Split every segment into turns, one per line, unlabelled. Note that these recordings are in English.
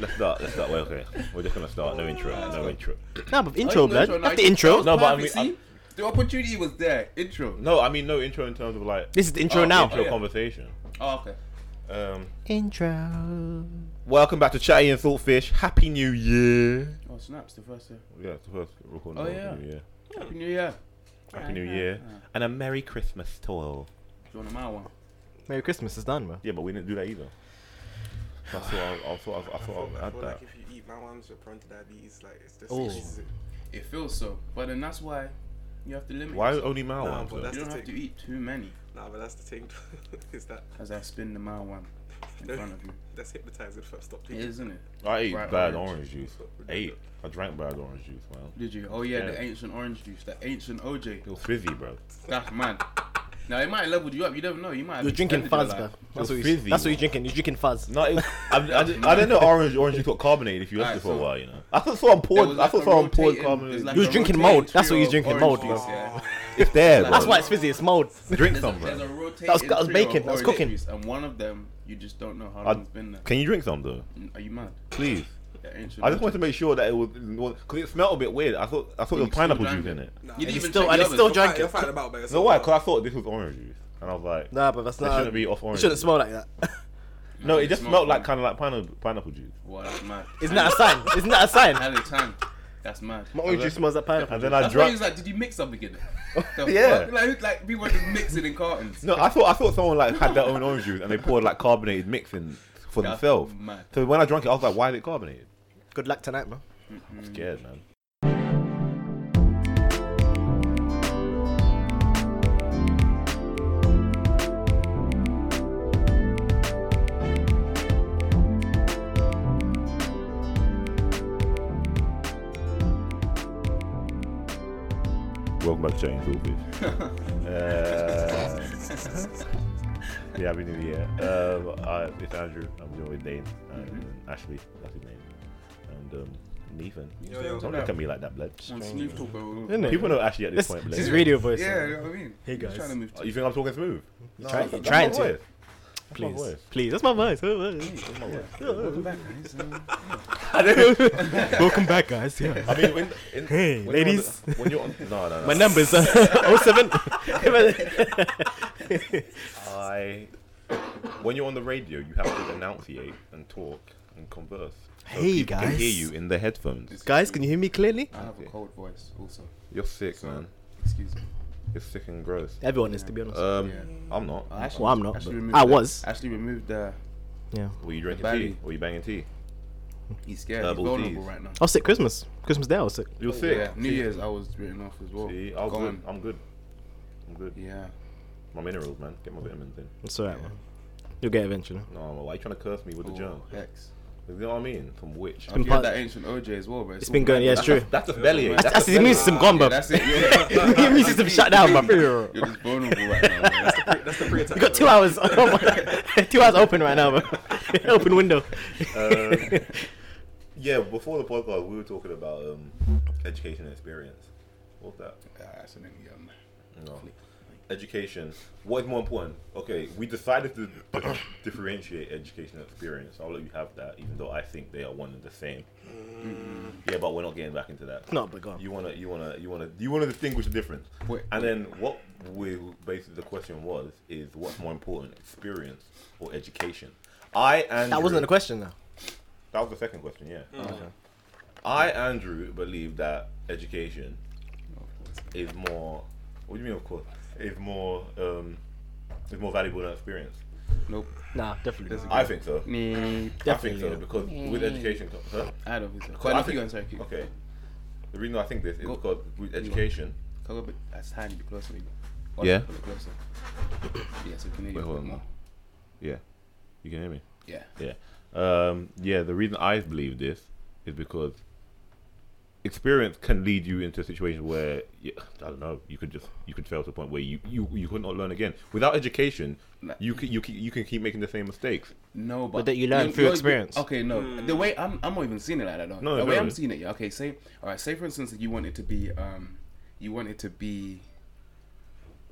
Let's start. Let's start. Wait, okay. We're just gonna start. No intro. No intro.
Nah, but intro,
Oh,
blood.
no,
That's the
you-
intro.
No, but I
perfect,
mean,
see? the opportunity was there. Intro.
No, I mean no intro in terms of like
This is the Oh, intro
uh,
now.
Intro
yeah.
conversation.
Oh, okay.
Um,
Intro.
welcome back to Chatty and Saltfish. Happy New Year.
Oh, snaps. The first year.
Yeah, it's the first recording.
Oh,
of
yeah.
New Year.
Happy New Year.
Happy New Year and a Merry Christmas to all.
Do you want my one?
Merry Christmas is done, bro.
Yeah, but we didn't do that either. That's what I, I thought. I, I
I feel,
thought I
I
had
feel
that.
like if you eat my ones, you're prone to diabetes. Like it's just
Oh.
it's-
It feels so, but then that's why you have to limit.
Why oh,
yourself.
only my
Nah,
one?
but that's-
You don't
the
have to
thing.
eat too many.
Nah, but that's the thing. is that
As I spin the mile one in front of you,
that's hypnotizing. First, stop.
it is, isn't it?
I ate
Right,
bad
orange.
orange juice. Ate. I drank bad orange juice, man.
Did you? Oh yeah,
Yeah.
the ancient orange juice, the ancient OJ.
It was fizzy, bro.
That's mad. Now it might have leveled you up. You don't know. You might. Have
You're drinking
extended your
fuzz, bro.
life.
That's
You're
what, you,
fizzy,
that's what
man.
you're drinking. You're drinking fuzz.
No, it was, I, I, didn't- I didn't know orange orange juice got carbonated if you left it for a
Alright, so-
while, you know. I thought someone poured.
There was
I
like
thought
a
someone poured
rotating- there's
carbonated.
like
You was
a
drinking
rotating
mold. That's what you was
trio of
drinking,
orange
mold,
juice,
bro.
yeah.
it's there, bro.
That's why it's fizzy. It's mold.
Drink
There's a,
some,
there's a
bro.
rotating
That was- that was
trio
baking,
of
that was
orange
cooking.
juice, and one of them, you just don't know how
I-
long it's been there.
Can you drink some though?
Are you mad?
Please.
The ancient
I just
OJ.
wanted to make sure that it was because it smelled a bit weird. I thought I thought there was
still
pineapple
drank
juice in
it.
it.
Nah,
You didn't
you're
even
still-
check
and
the
it's
others.
still
fine,
drank
You're
it.
fine about by yourself.
No, why? Because I thought this was orange juice, and I was like,
Nah, but that's
it
not.
shouldn't be off
It
orange.
shouldn't smell like that.
No, it
It
just
smelled
smelled like
fine.
kind of like pineapple pineapple juice.
Wow, that's mad.
Isn't that a sign? Isn't that a sign?
Hell, it's time. That's mad.
My orange juice smells like pineapple.
And then I
That's why he
drank.
was like, "Did you mix something in it?" The
Yeah.
fuck? like like people just mix it in cartons.
No, I thought I thought someone like had their own orange juice and they poured like carbonated mix in for
That's
themselves.
mad.
So when I drank it, I was like, why is it carbonated?
Good luck tonight, man.
Mm.
I'm scared, man. Welcome back to Chain Talkers. uh, yeah, Happy New Year. Um, I, it's Andrew. I'm joined with Dane and
Mm-hmm.
Ashley. That's his name. And um, Nathan.
Yo, yo.
Don't look at me like that, blood.
On Snoop Talk, bro.
Isn't it?
People know Ashley at this,
This,
point,
this is
really.
radio voice.
Yeah, you
Yeah.
know what I mean.
Hey,
He's
guys.
Trying to move to
You think I'm talking smooth? No,
try-
that's-
you're
that's
trying
my
to.
voice. That's my
Please,
voice.
please. That's my voice. That's my voice.
That's my voice.
Welcome back, guys. Um,
Welcome back, guys. Yeah.
I mean, when, in,
Hey,
when you're on
ladies.
the- when you're on, no, no, no.
My numbers are oh, 07.
I, when you're on the radio, you have to enunciate and talk and converse. So
Hey,
people can
guys.
hear you in the headphones.
Guys, can you hear me clearly?
I have a cold voice, also.
You're sick, man.
Excuse me.
You're sick and gross.
Everyone is, to be honest.
Um,
Yeah.
I'm not.
I actually-
Well, I'm not,
actually
but
removed
I
the-
was.
Actually removed the.
yeah.
Were you drinking
Bally.
tea? Were you banging tea?
Oh, He's scared.
Herbal
He's vulnerable
teas.
right now.
I was sick Christmas. Christmas Day, I was sick.
You're sick.
Yeah. New
See?
Year's, I was written off as well.
See, I'm
Gone.
good. I'm good. I'm good.
Yeah.
My minerals, man. Get my vitamins in.
It's alright, man. You'll get it eventually.
No, why are you trying to curse me with
Oh,
the germ?
Hex.
You know what I mean? Some witch.
I've
part-
had that ancient OJ as well, bro.
It's been going, yeah, it's true.
That's a bellyache.
That's-
That's, that's his immune system gone,
Yeah,
bro.
that's it. Yeah.
Your immune system shut down, bro. You
You're just vulnerable right now. Bro. That's the
That's the pre attack.
got two hours. Oh two hours open right now, bro. open window.
Uh, yeah, before the podcast, we were talking about um, education and experience. What's that?
That's an Indian.
No. Education. What is more important? Okay, we decided to di- differentiate education and experience. I'll let you have that, even though I think they are one and the same. Yeah, but we're not getting back into that.
Mm. No, but go on.
You wanna, you wanna, you wanna, you wanna distinguish the difference.
Wait.
And then what we basically the question was is what's more important, experience or education? I and
That wasn't the Mm. question, though.
That was the second question, yeah. I, Andrew, believe that education is more. What do you mean, of course? Is more um, is more valuable than experience.
Nope.
Nah, definitely. not.
I think so.
Need.
I think so
Definitely. not.
because with education, co- huh?
I don't think so.
I
Quite a
think-
few going, sorry. keep-
Okay. The reason I think this is
Go.
because with education.
Come a bit. That's tiny bit closer. maybe. Or
Yeah.
A bit closer. Yeah, so you can
Wait,
hear you a
hold
bit
on.
more.
Yeah. You can hear me.
Yeah.
Yeah. Um, yeah, the reason I believe this is because experience can lead you into a situation where you, I don't know, you could just you could fail to a point where you you, you could not learn again. Without education,
Nah.
you can you can, you can keep making the same mistakes.
No, but,
that you learn
No,
through
no,
experience.
Okay, no, the way I'm, I'm not even seeing it like that. Though.
No,
the way I'm
no.
seeing it, yeah. Okay, say, all right, say for instance that you wanted to be, um, you wanted to be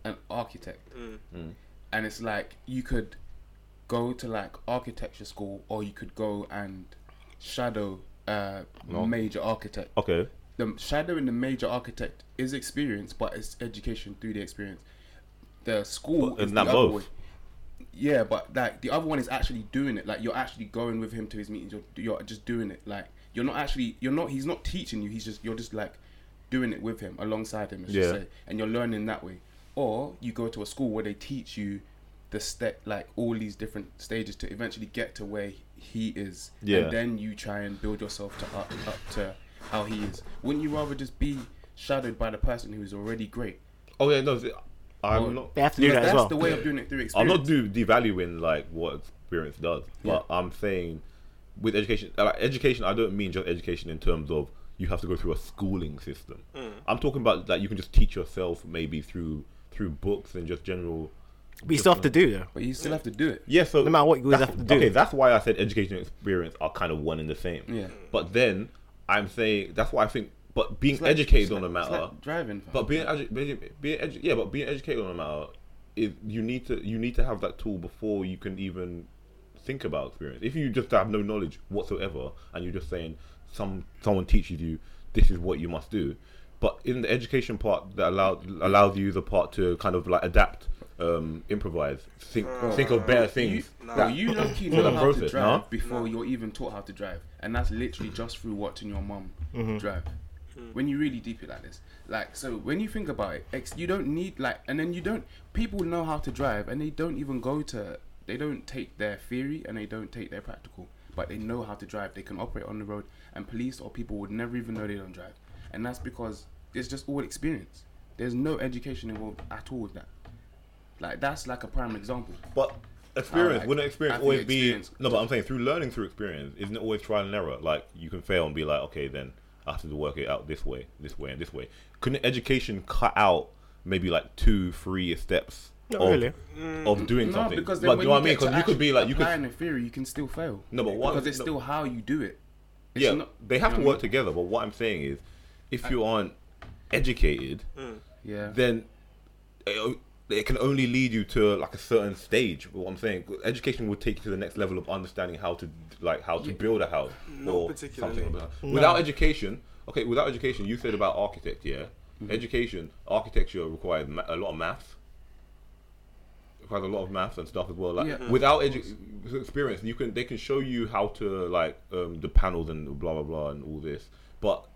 an architect,
Mm.
and it's like you could go to like architecture school, or you could go and shadow uh, major architect.
Okay.
The shadow and the major architect is experience, but it's education through the experience. The school
But
is
isn't that
the other
both?
way. Yeah, but like the other one is actually doing it. Like you're actually going with him to his meetings. You're, you're just doing it. Like you're not actually. You're not. He's not teaching you. He's just. You're just like doing it with him alongside him. Let's just
Yeah.
say, and you're learning that way. Or you go to a school where they teach you the step, like all these different stages to eventually get to where he is.
Yeah.
And then you try and build yourself to up, up to how he is. Wouldn't you rather just be shadowed by the person who is already great?
Oh yeah, no, see, I'm
Well,
not.
They have to do
Because
that as
that's
well.
the way of doing it through experience.
I'm not do devaluing like what experience does, but I'm saying with education, uh, like education, I don't mean just education in terms of you have to go through a schooling system.
Mm.
I'm talking about that you can just teach yourself maybe through through books and just general.
But you still have to do though.
But you still have to do it.
Yeah, so
No matter what, you always
that's-
have to do
Okay,
it.
that's why I said education and experience are kind of one and the same.
Yeah.
But then I'm saying that's why I think, but being
It's like-
educated
it's
on the
like- it's
matter.
like driving. fam.
But being edu- being, being edu- yeah, but being educated on a matter is you need to you need to have that tool before you can even think about experience. If you just have no knowledge whatsoever and you're just saying some someone teaches you this is what you must do, but in the education part that allowed allows you the part to kind of like adapt, um, improvise, think think of better things.
No,
that-
you low key
for
know
that
how to
process,
drive
no?
before you're even taught how to drive, and that's literally just through watching your mum drive. When you really deep it like this, like so, when you think about it, ex- you don't need like, and then you don't. People know how to drive, and they don't even go to. They don't take their theory and they don't take their practical, but they know how to drive. They can operate on the road, and police or people would never even know they don't drive, and that's because it's just all experience. There's no education involved at all with that. Like that's like a prime example.
But experience,
Alright.
wouldn't
I
experience
think
always
experience-
be? No, but I'm saying through learning through experience, isn't it always trial and error? Like you can fail and be like, okay, then I have to work it out this way, this way, and this way. Couldn't education cut out maybe like two, three steps
Not
of,
really.
of doing
Mm. No,
something?
because then
but do
when
you know what I mean?
get to
Because you could be
actually
like, you
applying
could,
a theory, you can still fail.
No, but what-
because it's
no.
still how you do it. It's
yeah,
not-
they have
you
to
know
work
what
together. But what I'm saying is, if you aren't educated,
I mean? Yeah,
then it, it can only lead you to like a certain stage. What I'm saying, education will take you to the next level of understanding how to like how to build a house
Not
or
particularly.
something. Like that. Without education, okay, without education, you said about architect, yeah.
Mm-hmm.
Education, architecture requires ma- a lot of maths. Requires a lot of maths and stuff as well. Like
Yeah.
Mm-hmm.
without edu- with experience, you can they can show you how to like um, the panels and blah blah blah and all this, but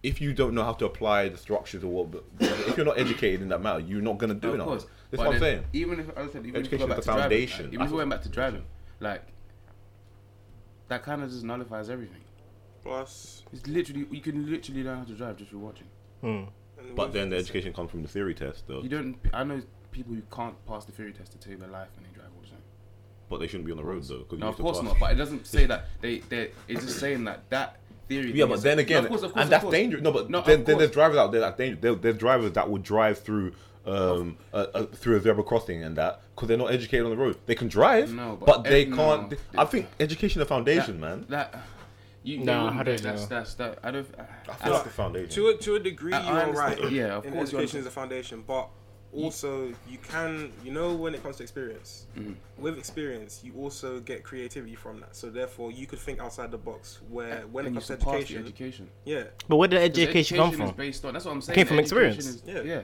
if you don't know how to apply the structures or what, if you're not educated in that matter, you're not gonna do
of
it.
course.
That's
But
what I'm
then
saying.
Even if I said, even if we
Education
go
is
back
the
to driving,
foundation.
like, even if
That's-
we went back to driving, like that kind of just nullifies everything.
Plus,
It's literally you can literally learn how to drive just through watching.
and
But
with
then the education comes from the theory test, though.
You don't. I know people who can't pass the theory test to save their life and they drive all the time.
But they shouldn't be on the road though. 'cause you
No,
need
of
to
course
pass.
not. But it doesn't say that they. They. It's just saying that that theory.
Yeah,
thing
but
is-
then
No,
again,
of course, of course,
and
of
that's
course.
dangerous. No, but
No, of
then, then there's
course.
drivers out there that's dangerous. There, there's drivers that will drive through um uh, uh, through a zebra crossing and that because they're not educated on the road. They can drive,
No,
but,
but
they
ev- no,
can't.
no.
I think education the foundation, man.
That you
Nah,
no,
I
I
don't
don't that's,
know.
that's that I don't I,
I feel like the foundation.
To a, to a degree,
I- I
you're
understand.
right.
Yeah, of
And
course you
Education
understand.
is a foundation, but also you can, you know, when it comes to experience,
Mm.
with experience, you also get creativity from that. So therefore, you could think outside the box. Where when it
and you
comes to
surpass the
education,
education.
yeah,
But where did
'Cause
education, come
Is
from?
based on that's what I'm saying.
came from
education
experience.
Is, yeah.
Yeah.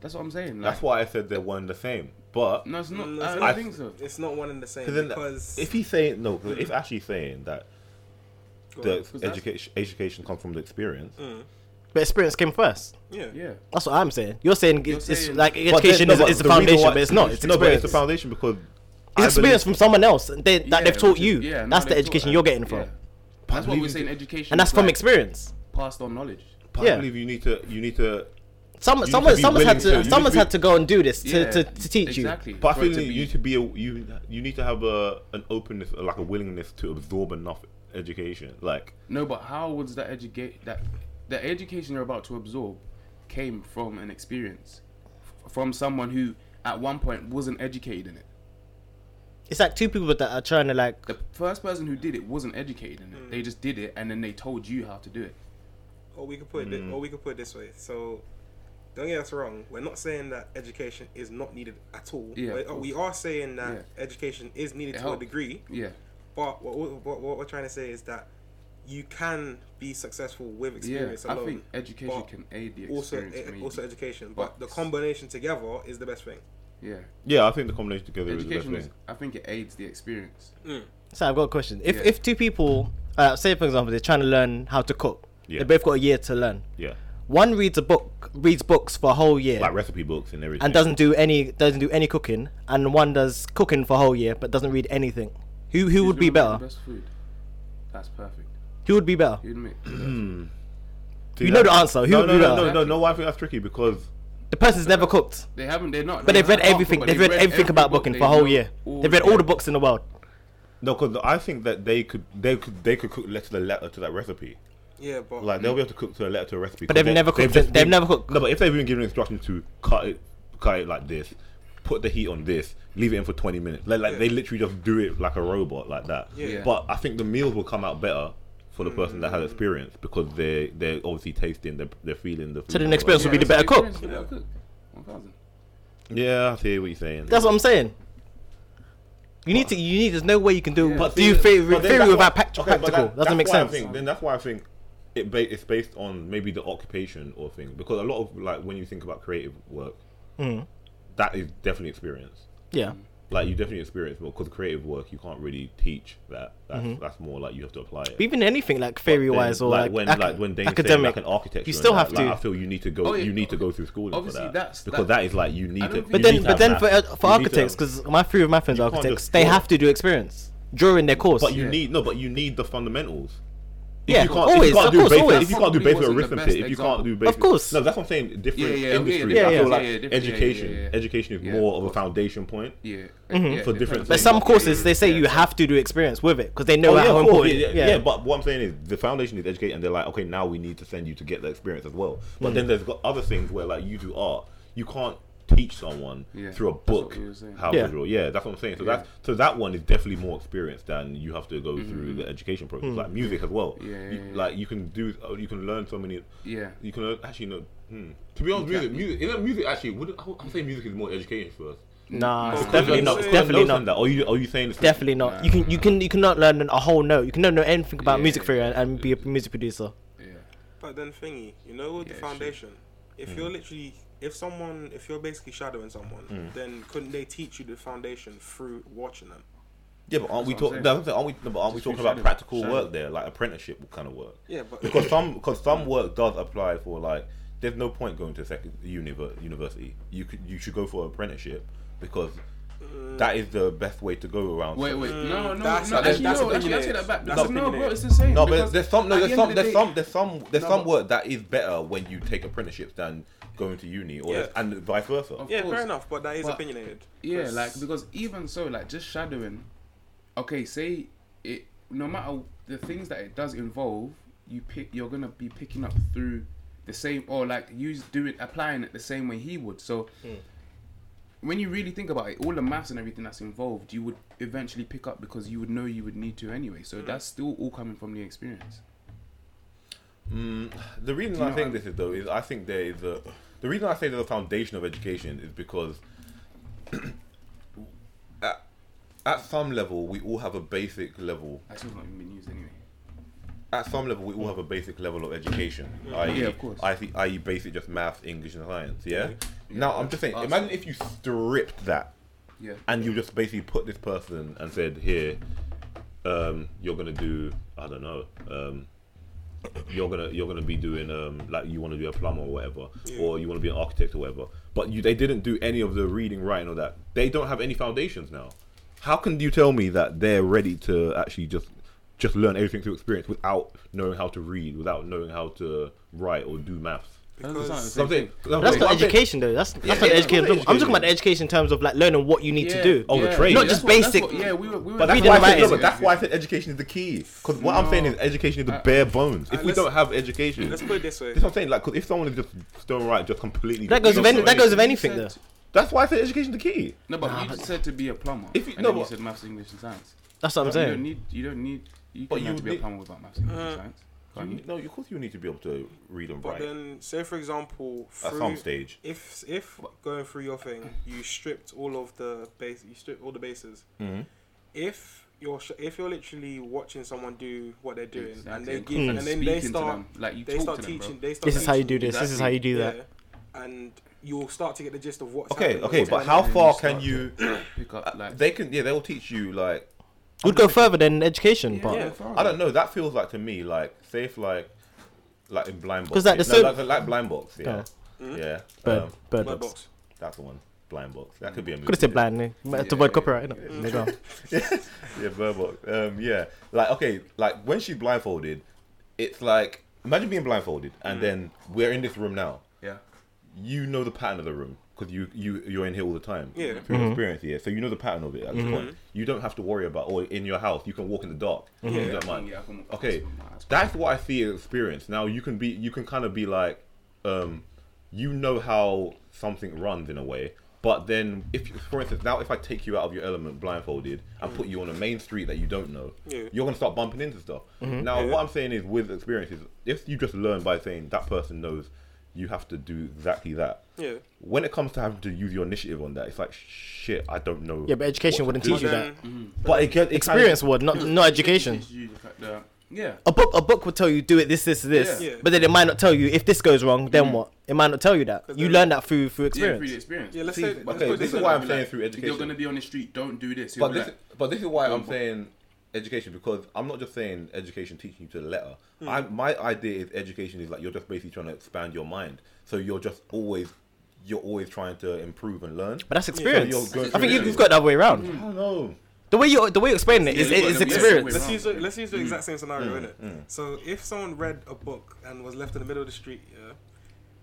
that's what I'm saying. Like,
That's why I said they're one and the same. But
No, it's not.
Mm,
I
it's
don't
not-
think so.
it's not one and the same
Because then,
because
if he's saying no, 'cause if actually saying that
Go
the
on.
that's- Mm.
education education comes from the experience,
But experience came first.
yeah,
Yeah,
That's what I'm saying. You're saying it's, it's
saying-
like
But
education
then-
is,
no, but
is the,
reason
foundation,
why-
but it's not. It's
no, but
experience.
it's the foundation because I
It's experience
believe-
from someone else they, that
Yeah,
they've taught
which is-
you.
yeah, now
that's the
they've taught
education
us.
you're getting from,
Yeah. That's what we're
believing-
saying. Education,
and that's
is
from
like
experience.
passed on knowledge.
I
yeah.
believe you need to you need to.
Some,
to
someone,
be
someone's had
willing to- you
to,
need to
someone's
be-
had to go and do this to,
Yeah,
to, to teach
exactly.
But I
For it
feel
to
you
be-
need to be a, you you need to have a an openness, like a willingness to absorb enough education. Like
No, but how was that educate that the education you're about to absorb came from an experience f- from someone who at one point wasn't educated in it.
you. It's like two people that are trying to like.
The first person who did it wasn't educated in it.
Mm.
They just did it, and then they told you how to do it.
or we could put it,
Mm.
thi- or we could put it this way. So don't get us wrong. We're not saying that education is not needed at all.
Yeah,
We're-
of course.
we are saying that
Yeah.
education is needed
It
to
helps.
a degree.
Yeah.
But what, what, what we're trying to say is that you can be successful with
Yeah,
experience
I
alone.
think education
but
can aid the
also
experience.
e-
maybe.
also education, but,
But-
the combination together is the best thing.
yeah,
Yeah, I think the combination together is the
education.
best
Is,
thing.
I think it aids the experience.
So I've got a question. If
Yeah.
if two people, uh, say for example, they're trying to learn how to cook,
Yeah.
they both got a year to learn.
Yeah,
One reads a book, reads books for a whole year,
like recipe books and everything.
and doesn't do any doesn't do any cooking, and one does cooking for a whole year but doesn't read anything. Who who
Who's
would be
gonna
better?
make the Best food. That's perfect.
Who would be better?
You'd make.
Do
you know
that.
the answer. Who
no,
would
no,
do
no,
that?
no, no, no. Why I think that's tricky because
The person's never cooked,
They haven't. They're not.
but they've read
not
everything.
but
They've read everything
every
about
book,
booking
they
for a whole
know
year.
all
They've read
the-
all the books in the world.
no, because I think that they could they could they could cook letter to the letter to that recipe.
Yeah, but
Like they'll be able to cook to a letter to a recipe.
Mm. But they've
'cause
never cooked
just
it- they've
been-
never cooked-
No, but if they've been given instructions to cut it, cut it like this, put the heat on this, leave it in for twenty minutes. Like, like they literally just do it like a robot, like that.
Yeah. Mm.
But I think the meals will come out better for the person that has experience because they they're obviously tasting, they're, they're feeling the. Food
So then experience
Yeah.
will be the
that's
better cook.
experience, the better cook. 1000.
yeah, I see what you're saying.
That's what I'm saying. You need to. You need. There's no way you can do
But
do you
then-
theory,
but then
theory
that's
without
why-
pact-
okay, but
practical.
that-
Doesn't
that's
make
why I
sense.
think- then that's why I think it ba- it's based on maybe the occupation or thing because a lot of like when you think about creative work,
Hmm.
that is definitely experience.
Yeah.
Like you definitely experience more because creative work you can't really teach that. That's, that's more like you have to apply it.
But even anything like theory wise
Then,
Mm-hmm. or like,
when
ac-
like when Dane's saying,
academic,
like an architecture,
you
and
still
that,
have
like,
to.
I feel you need to go.
Oh, yeah,
you need to go
okay.
through schooling
Obviously,
for that
that's-
because
that-
that is like you need
don't
to.
think-
but
you
then,
need to
but
have
then
that.
for uh, for
You need to
architects,
have-
because my theory of math is
You can't
architects,
just
they
draw.
have to do experience during their course.
But you need no, but you need the fundamentals.
yeah,
you can't,
always,
if you can't
of
do
course,
basic,
always.
If you can't do
Probably
basic
wasn't the
arithmetic,
best
if you can't do
example.
basic,
Of course.
no, that's what I'm saying. Different
Yeah, yeah, okay,
industries.
yeah,
I
yeah,
feel like
yeah, different-
education,
yeah, yeah, yeah.
education is
Yeah,
more of a foundation point.
Yeah. yeah,
For
they're
different
perfect.
Mm-hmm. but
things.
some courses they say you have to do experience with it because they know
Oh, yeah,
how
of course,
important.
yeah, yeah, yeah, but what I'm saying is the foundation is educate, and they're like, okay, now we need to send you to get the experience as well.
Hmm.
But then there's got other things where like you do art, you can't teach someone
Yeah,
through a
that's what
book
we were saying.
how
Yeah.
to draw. Yeah, that's what I'm saying. So that's so that one is definitely more experience than you have to go through the education
Hmm.
process, like music as well.
Mm-hmm, Yeah, yeah,
You-
yeah.
like you can do, oh, you can learn so many.
Yeah.
you can learn, actually no. Hmm. To be honest, music, music, isn't music actually? Would I would say music is more education for us.
Nah, it's
Because
definitely
you're
not. It's
saying-
definitely
Notes and
not.
That. Are you are you saying it's
Definitely not. You can you can you cannot learn a whole note. You cannot know anything about
Yeah,
music
yeah,
theory and, and be a music producer.
Yeah.
But then thingy, you know with
Yeah,
the
sure.
foundation. If you're literally if someone if you're basically shadowing someone, then couldn't they teach you the foundation through watching them?
Yeah, but aren't we
That's what
talking?
I'm
Aren't we? no, but aren't we
Just
talking
do
about
shadow-
practical
shadow.
work there, like apprenticeship kind of work?
Yeah, but
Because some, because some work does apply for like. There's no point going to second univer- university. You could, you should go for apprenticeship because that is the best way to go around.
Wait, wait, no, no, no.
that's-
actually,
that's
no, actually, I
opinionated.
take that back.
That's
Because no, bro,
opinionated.
it's the same.
No, but
because
there's some, no,
at
there's
the
some,
end of
there's
the
some,
day-
there's some, there's
No,
some
but-
work that is better when you take apprenticeships than going to uni, or
Yeah.
and vice versa.
Of
yeah,
course.
fair enough. But that is
But-
opinionated.
Yeah,
'Cause-
like because even so, like just shadowing. Okay, say it. No matter the things that it does involve, you pick. You're gonna be picking up through the same, or like you do it, applying it the same way he would. So.
Hmm.
When you really think about it, all the maths and everything that's involved, you would eventually pick up because you would know you would need to anyway. So
Hmm.
that's still all coming from the experience.
The reason
you
I
know
think
what I-
this is though is I think there is a the reason I say there's a foundation of education is because at, at some level we all have a basic level
That's not even been used anyway.
at some level we all have a basic level of education. e, I.e.
Yeah, of course.
I.e. i.e. basic just math, English and science, yeah?
Yeah.
Now I'm just saying,
Awesome.
imagine if you stripped that
Yeah.
and you just basically put this person and said, "Here, um, you're gonna do I don't know, um, you're gonna you're gonna be doing um, like you want to be a plumber or whatever,
Yeah.
or you want to be an architect or whatever." But you, they didn't do any of the reading, writing, or that. They don't have any foundations now. How can you tell me that they're ready to actually just just learn everything through experience without knowing how to read, without knowing how to write or do maths?
That doesn't sound the
Because-
same thing.
That's
That's
what
not
I'm saying.
education though. That's that's
Yeah,
not
yeah,
education.
that's
I'm talking
education.
about education in terms of like learning what you need
Yeah,
to do.
Oh, the
yeah,
trade.
yeah,
Not
that's
just
what- that's
basic-
what- yeah, we were. We were
But that's
Reading
why,
and
I said,
writing.
no, but that's why I said education is the key. Because what I'm saying is education is the bare bones. If
Uh,
we
let's-
don't have education,
Let's put it this way.
that's what I'm saying. Like, 'cause if someone is just stone right, just completely
That goes
just
with any,
don't
that
know
goes with
anything,
anything
You
though.
said-
That's why I said education is the key.
No, but you just said to be a plumber,
If you-
and
no,
then you
but-
said maths, English, and science.
That's what I'm
You don't
saying.
need. You don't need. You
But
can
you
learn to be a
need-
plumber without maths, English,
Uh,
and science. Can't you?
No, of course you need to be able to read and
But
write
then, say for example,
at
through,
some stage.
if if going through your thing, you stripped all of the base, you stripped all the bases. If you're sh- if you're literally watching someone do what they're doing and
Exactly.
they
And
give
Hmm.
constantly
and then
speaking
they
to
start
them. Like, you
they
talk
start
to them, bro.
teaching they start
This is how you
teaching
do this. This is how you do that.
yeah, and you'll start to get the gist of what's
Okay,
happening,
okay,
what's
but
going
how
on.
far can
start to-
you?
Pick up like
Uh, They can, yeah, they will teach you like
Would go further than education
Yeah,
part.
yeah.
I don't know. That feels like to me like safe like like in blind box.
'Cause, like,
yeah.
the
no,
so- Oh.
like, like blind box. Yeah, yeah.
Bird,
um,
bird
Bird
box.
box.
that's the one. Blind box. That could be a movie.
Could have said blind. eh? To avoid copyright. innit? There you go.
Yeah, bird box. Um, yeah. Like okay, like when she's blindfolded, it's like imagine being blindfolded
Mm.
and then we're in this room now.
Yeah.
you know the pattern of the room because you you you're in here all the time.
Yeah.
through experience here, so you know the pattern of it at
Mm-hmm.
this point. You don't have to worry about or in your house you can walk in the dark. You
Yeah,
don't
I
mind.
can- yeah, I can walk
okay,
with my eyes closed.
that's what I see as experience. Now you can be you can kind of be like, um, you know how something runs in a way. But then, if you- for instance, now if I take you out of your element blindfolded and put you on a main street that you don't know,
Yeah.
you're gonna start bumping into stuff.
Mm-hmm.
Now,
Yeah.
what I'm saying is, with experiences, if you just learn by saying that person knows, you have to do exactly that.
Yeah.
When it comes to having to use your initiative on that, it's like shit. I don't know.
Yeah, but education
what to
wouldn't
do.
teach you that.
But it gets
Experience would, not not education.
Teaches you the fact that- Yeah.
A book, a book would tell you do it this, this, this,
Yeah. Yeah.
but then it might not tell you if this goes wrong. Then what? It might not tell you that. You
then-
learn that through through
Yeah, through the
experience.
experience.
Yeah, let's
See,
say
okay,
let's put
this is
in.
why I'm
Like,
saying through
You're
education.
gonna be on the street. Don't do this. You'll
But
be
this,
like,
but this is why I'm saying education because I'm not just saying education teaching you to the letter. I, my idea is education is like you're just basically trying to expand your mind. So you're just always you're always trying to improve and learn.
But that's experience. Mm.
you're going
I
through
think you-
it.
you've got it the other way around.
I don't know.
The way you the way you explain it is
you've got
is
the- yeah,
experience.
we're-
Let's use, the, let's use the
Mm.
exact same scenario, innit? So, if someone read a book and was left in the middle of the street, yeah,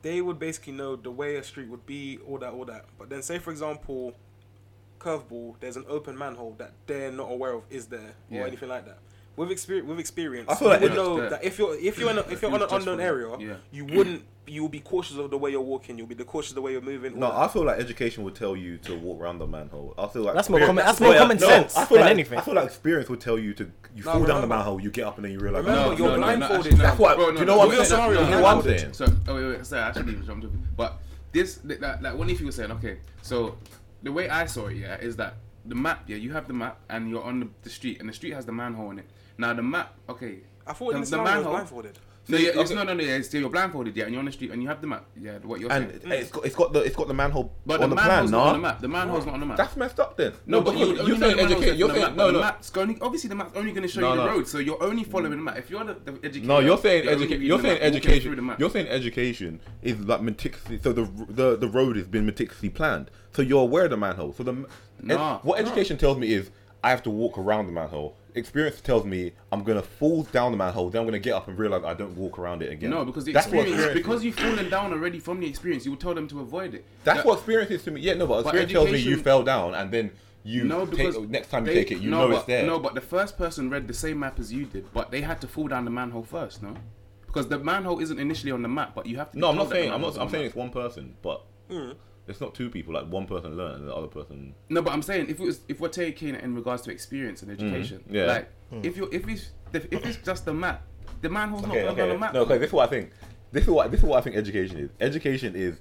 they would basically know the way a street would be, all that, all that. But then, say, for example, curveball, there's an open manhole that they're not aware of is there or
Yeah.
anything like that. With experience, with experience,
I feel
you
like
would
if-
know
Yeah.
that if you're if you're in a, if
If
you're
you
on an
just
unknown area,
follow- yeah.
you wouldn't you'll be cautious of the way you're walking. You'll be the cautious of the way you're moving. all
No,
that.
I feel like education would tell you to walk around the manhole. I feel like
That's more
experience-
common- that's more
Yeah,
common sense
I feel
than
like-
anything.
I feel like experience would tell you to you fall down the
remember-
manhole, you get up, and then you realize. "Oh,
remember
no,
you're
no, no.
blindfolded.
That's what-
Bro,
do you know what I'm
no,
saying? Do
sorry,
you
I'm
know what I'm
blindfolded.
saying?
So, oh, wait, wait, sorry, I actually need to jump to But this, like, like one of you was saying, okay, so the way I saw it, yeah, is that the map, yeah, you have the map and you're on the, the street and the street has the manhole in it. Now, the map, okay.
I thought in
the,
this scenario I was blindfolded.
No, yeah, it's,
okay.
no, no, no, yeah, it's, you're blindfolded, yeah, and you're on the street and you have the map, yeah, what you're
And
saying.
it's got it's got the it's got the manhole
But
on
the,
the, plan.
manhole's not on the
Nah,
map. The manhole's not on the map.
that's messed up. Then
No, but you,
you're saying education. You're saying no,
The
no.
map's going, obviously, the map's only going to show
No,
you the
no.
road, so you're only following the map. If you're the, the educator,
No, you're saying
only
education.
reading
You're
the
saying
map, walking through the
education.
map.
You're saying education is like meticulously. So the the the road has been meticulously planned. So you're aware of the manhole. So the m- ed-
Nah,
what
nah.
education tells me is I have to walk around the manhole. Experience tells me I'm gonna fall down the manhole. Then I'm gonna get up and realize I don't walk around it again.
No, because the
that's what
experience,
experience.
because you've fallen down already from the experience, you will tell them to avoid it.
that's
That-
what experience is to me. Yeah, no, but experience tells me you
education-
fell down and then you
No,
take
because
next time you
they-
take it, you
no,
know
but,
it's there.
No, but the first person read the same map as you did, but they had to fall down the manhole first, no? Because the manhole isn't initially on the map, but you have to. be
No, I'm not
told that the
saying. I'm
manhole's
not.
on
I'm
the
saying
map.
it's one person, but it's not two people. Like one person learned and the other person.
No, but I'm saying if it was if we're taking it in regards to experience and education,
Mm-hmm. yeah.
like if you if it's if it's just the map, the manhole's
Okay,
not
okay.
on the map.
No, okay. This is what I think. This is what this is what I think education is. Education is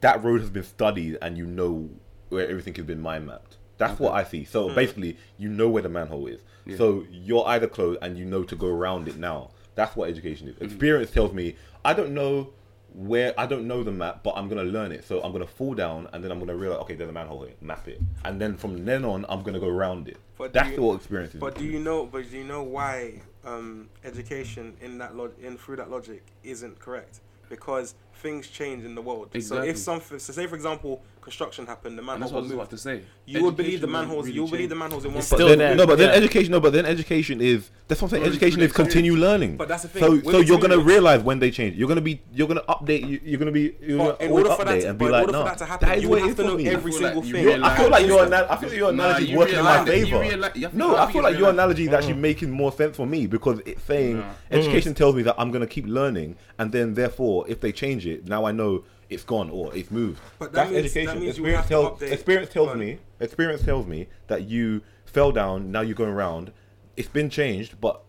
that road has been studied and you know where everything has been mind mapped. That's what I see.
Mm.
So basically, you know where the manhole is. So you're either closed and you know to go around it now. That's what education
Mm.
is. Experience tells me I don't know where I don't know the map, but I'm gonna learn it. So I'm gonna fall down and then I'm gonna realize okay, there's a manhole here. Map it, and then from then on, I'm gonna go around it.
But do
That's
you-
what experience is.
But do you know? But do you know why um, education in that log- in through that logic isn't correct? Because things change in the world. So
Exactly.
if something, so say for example, construction happened, the
And
manhole
that's what I
got
was about to
moved.
say.
You would believe
Education
the
wouldn't
manholes.
really
you would believe
change.
the manholes in one.
still
place.
there.
No, but then
Yeah.
education. No, but then education is. That's what I'm saying.
Learn
Education
through
is continue
experience.
learning.
But that's the
So,
thing,
so
with
you're gonna
experience-
realize when they change. You're gonna be. You're gonna update. you- You're gonna be. You're
But
gonna
in order
always
for
update
that to,
and be
but in
like,
order
no.
for that to happen,
That is
you
what
would
it
have
is
to
for
know
me.
I
every
feel
single
like you
thing.
You're- I feel like your anal- I feel like your
Nah,
analogy is
you
working in my
realize it. You
favor.
reali- you have to-
no,
I
I
think
feel
you
like your
realize-
analogy is actually making more sense for me because it's saying education tells me that I'm gonna keep learning, and then therefore, if they change it, now I know it's gone or it's moved.
But
that's
that means- that
education.
means you
experience
have to
tells
update-
experience tells
Go on.
me experience tells me that you fell down. Now you're going round. It's been changed, but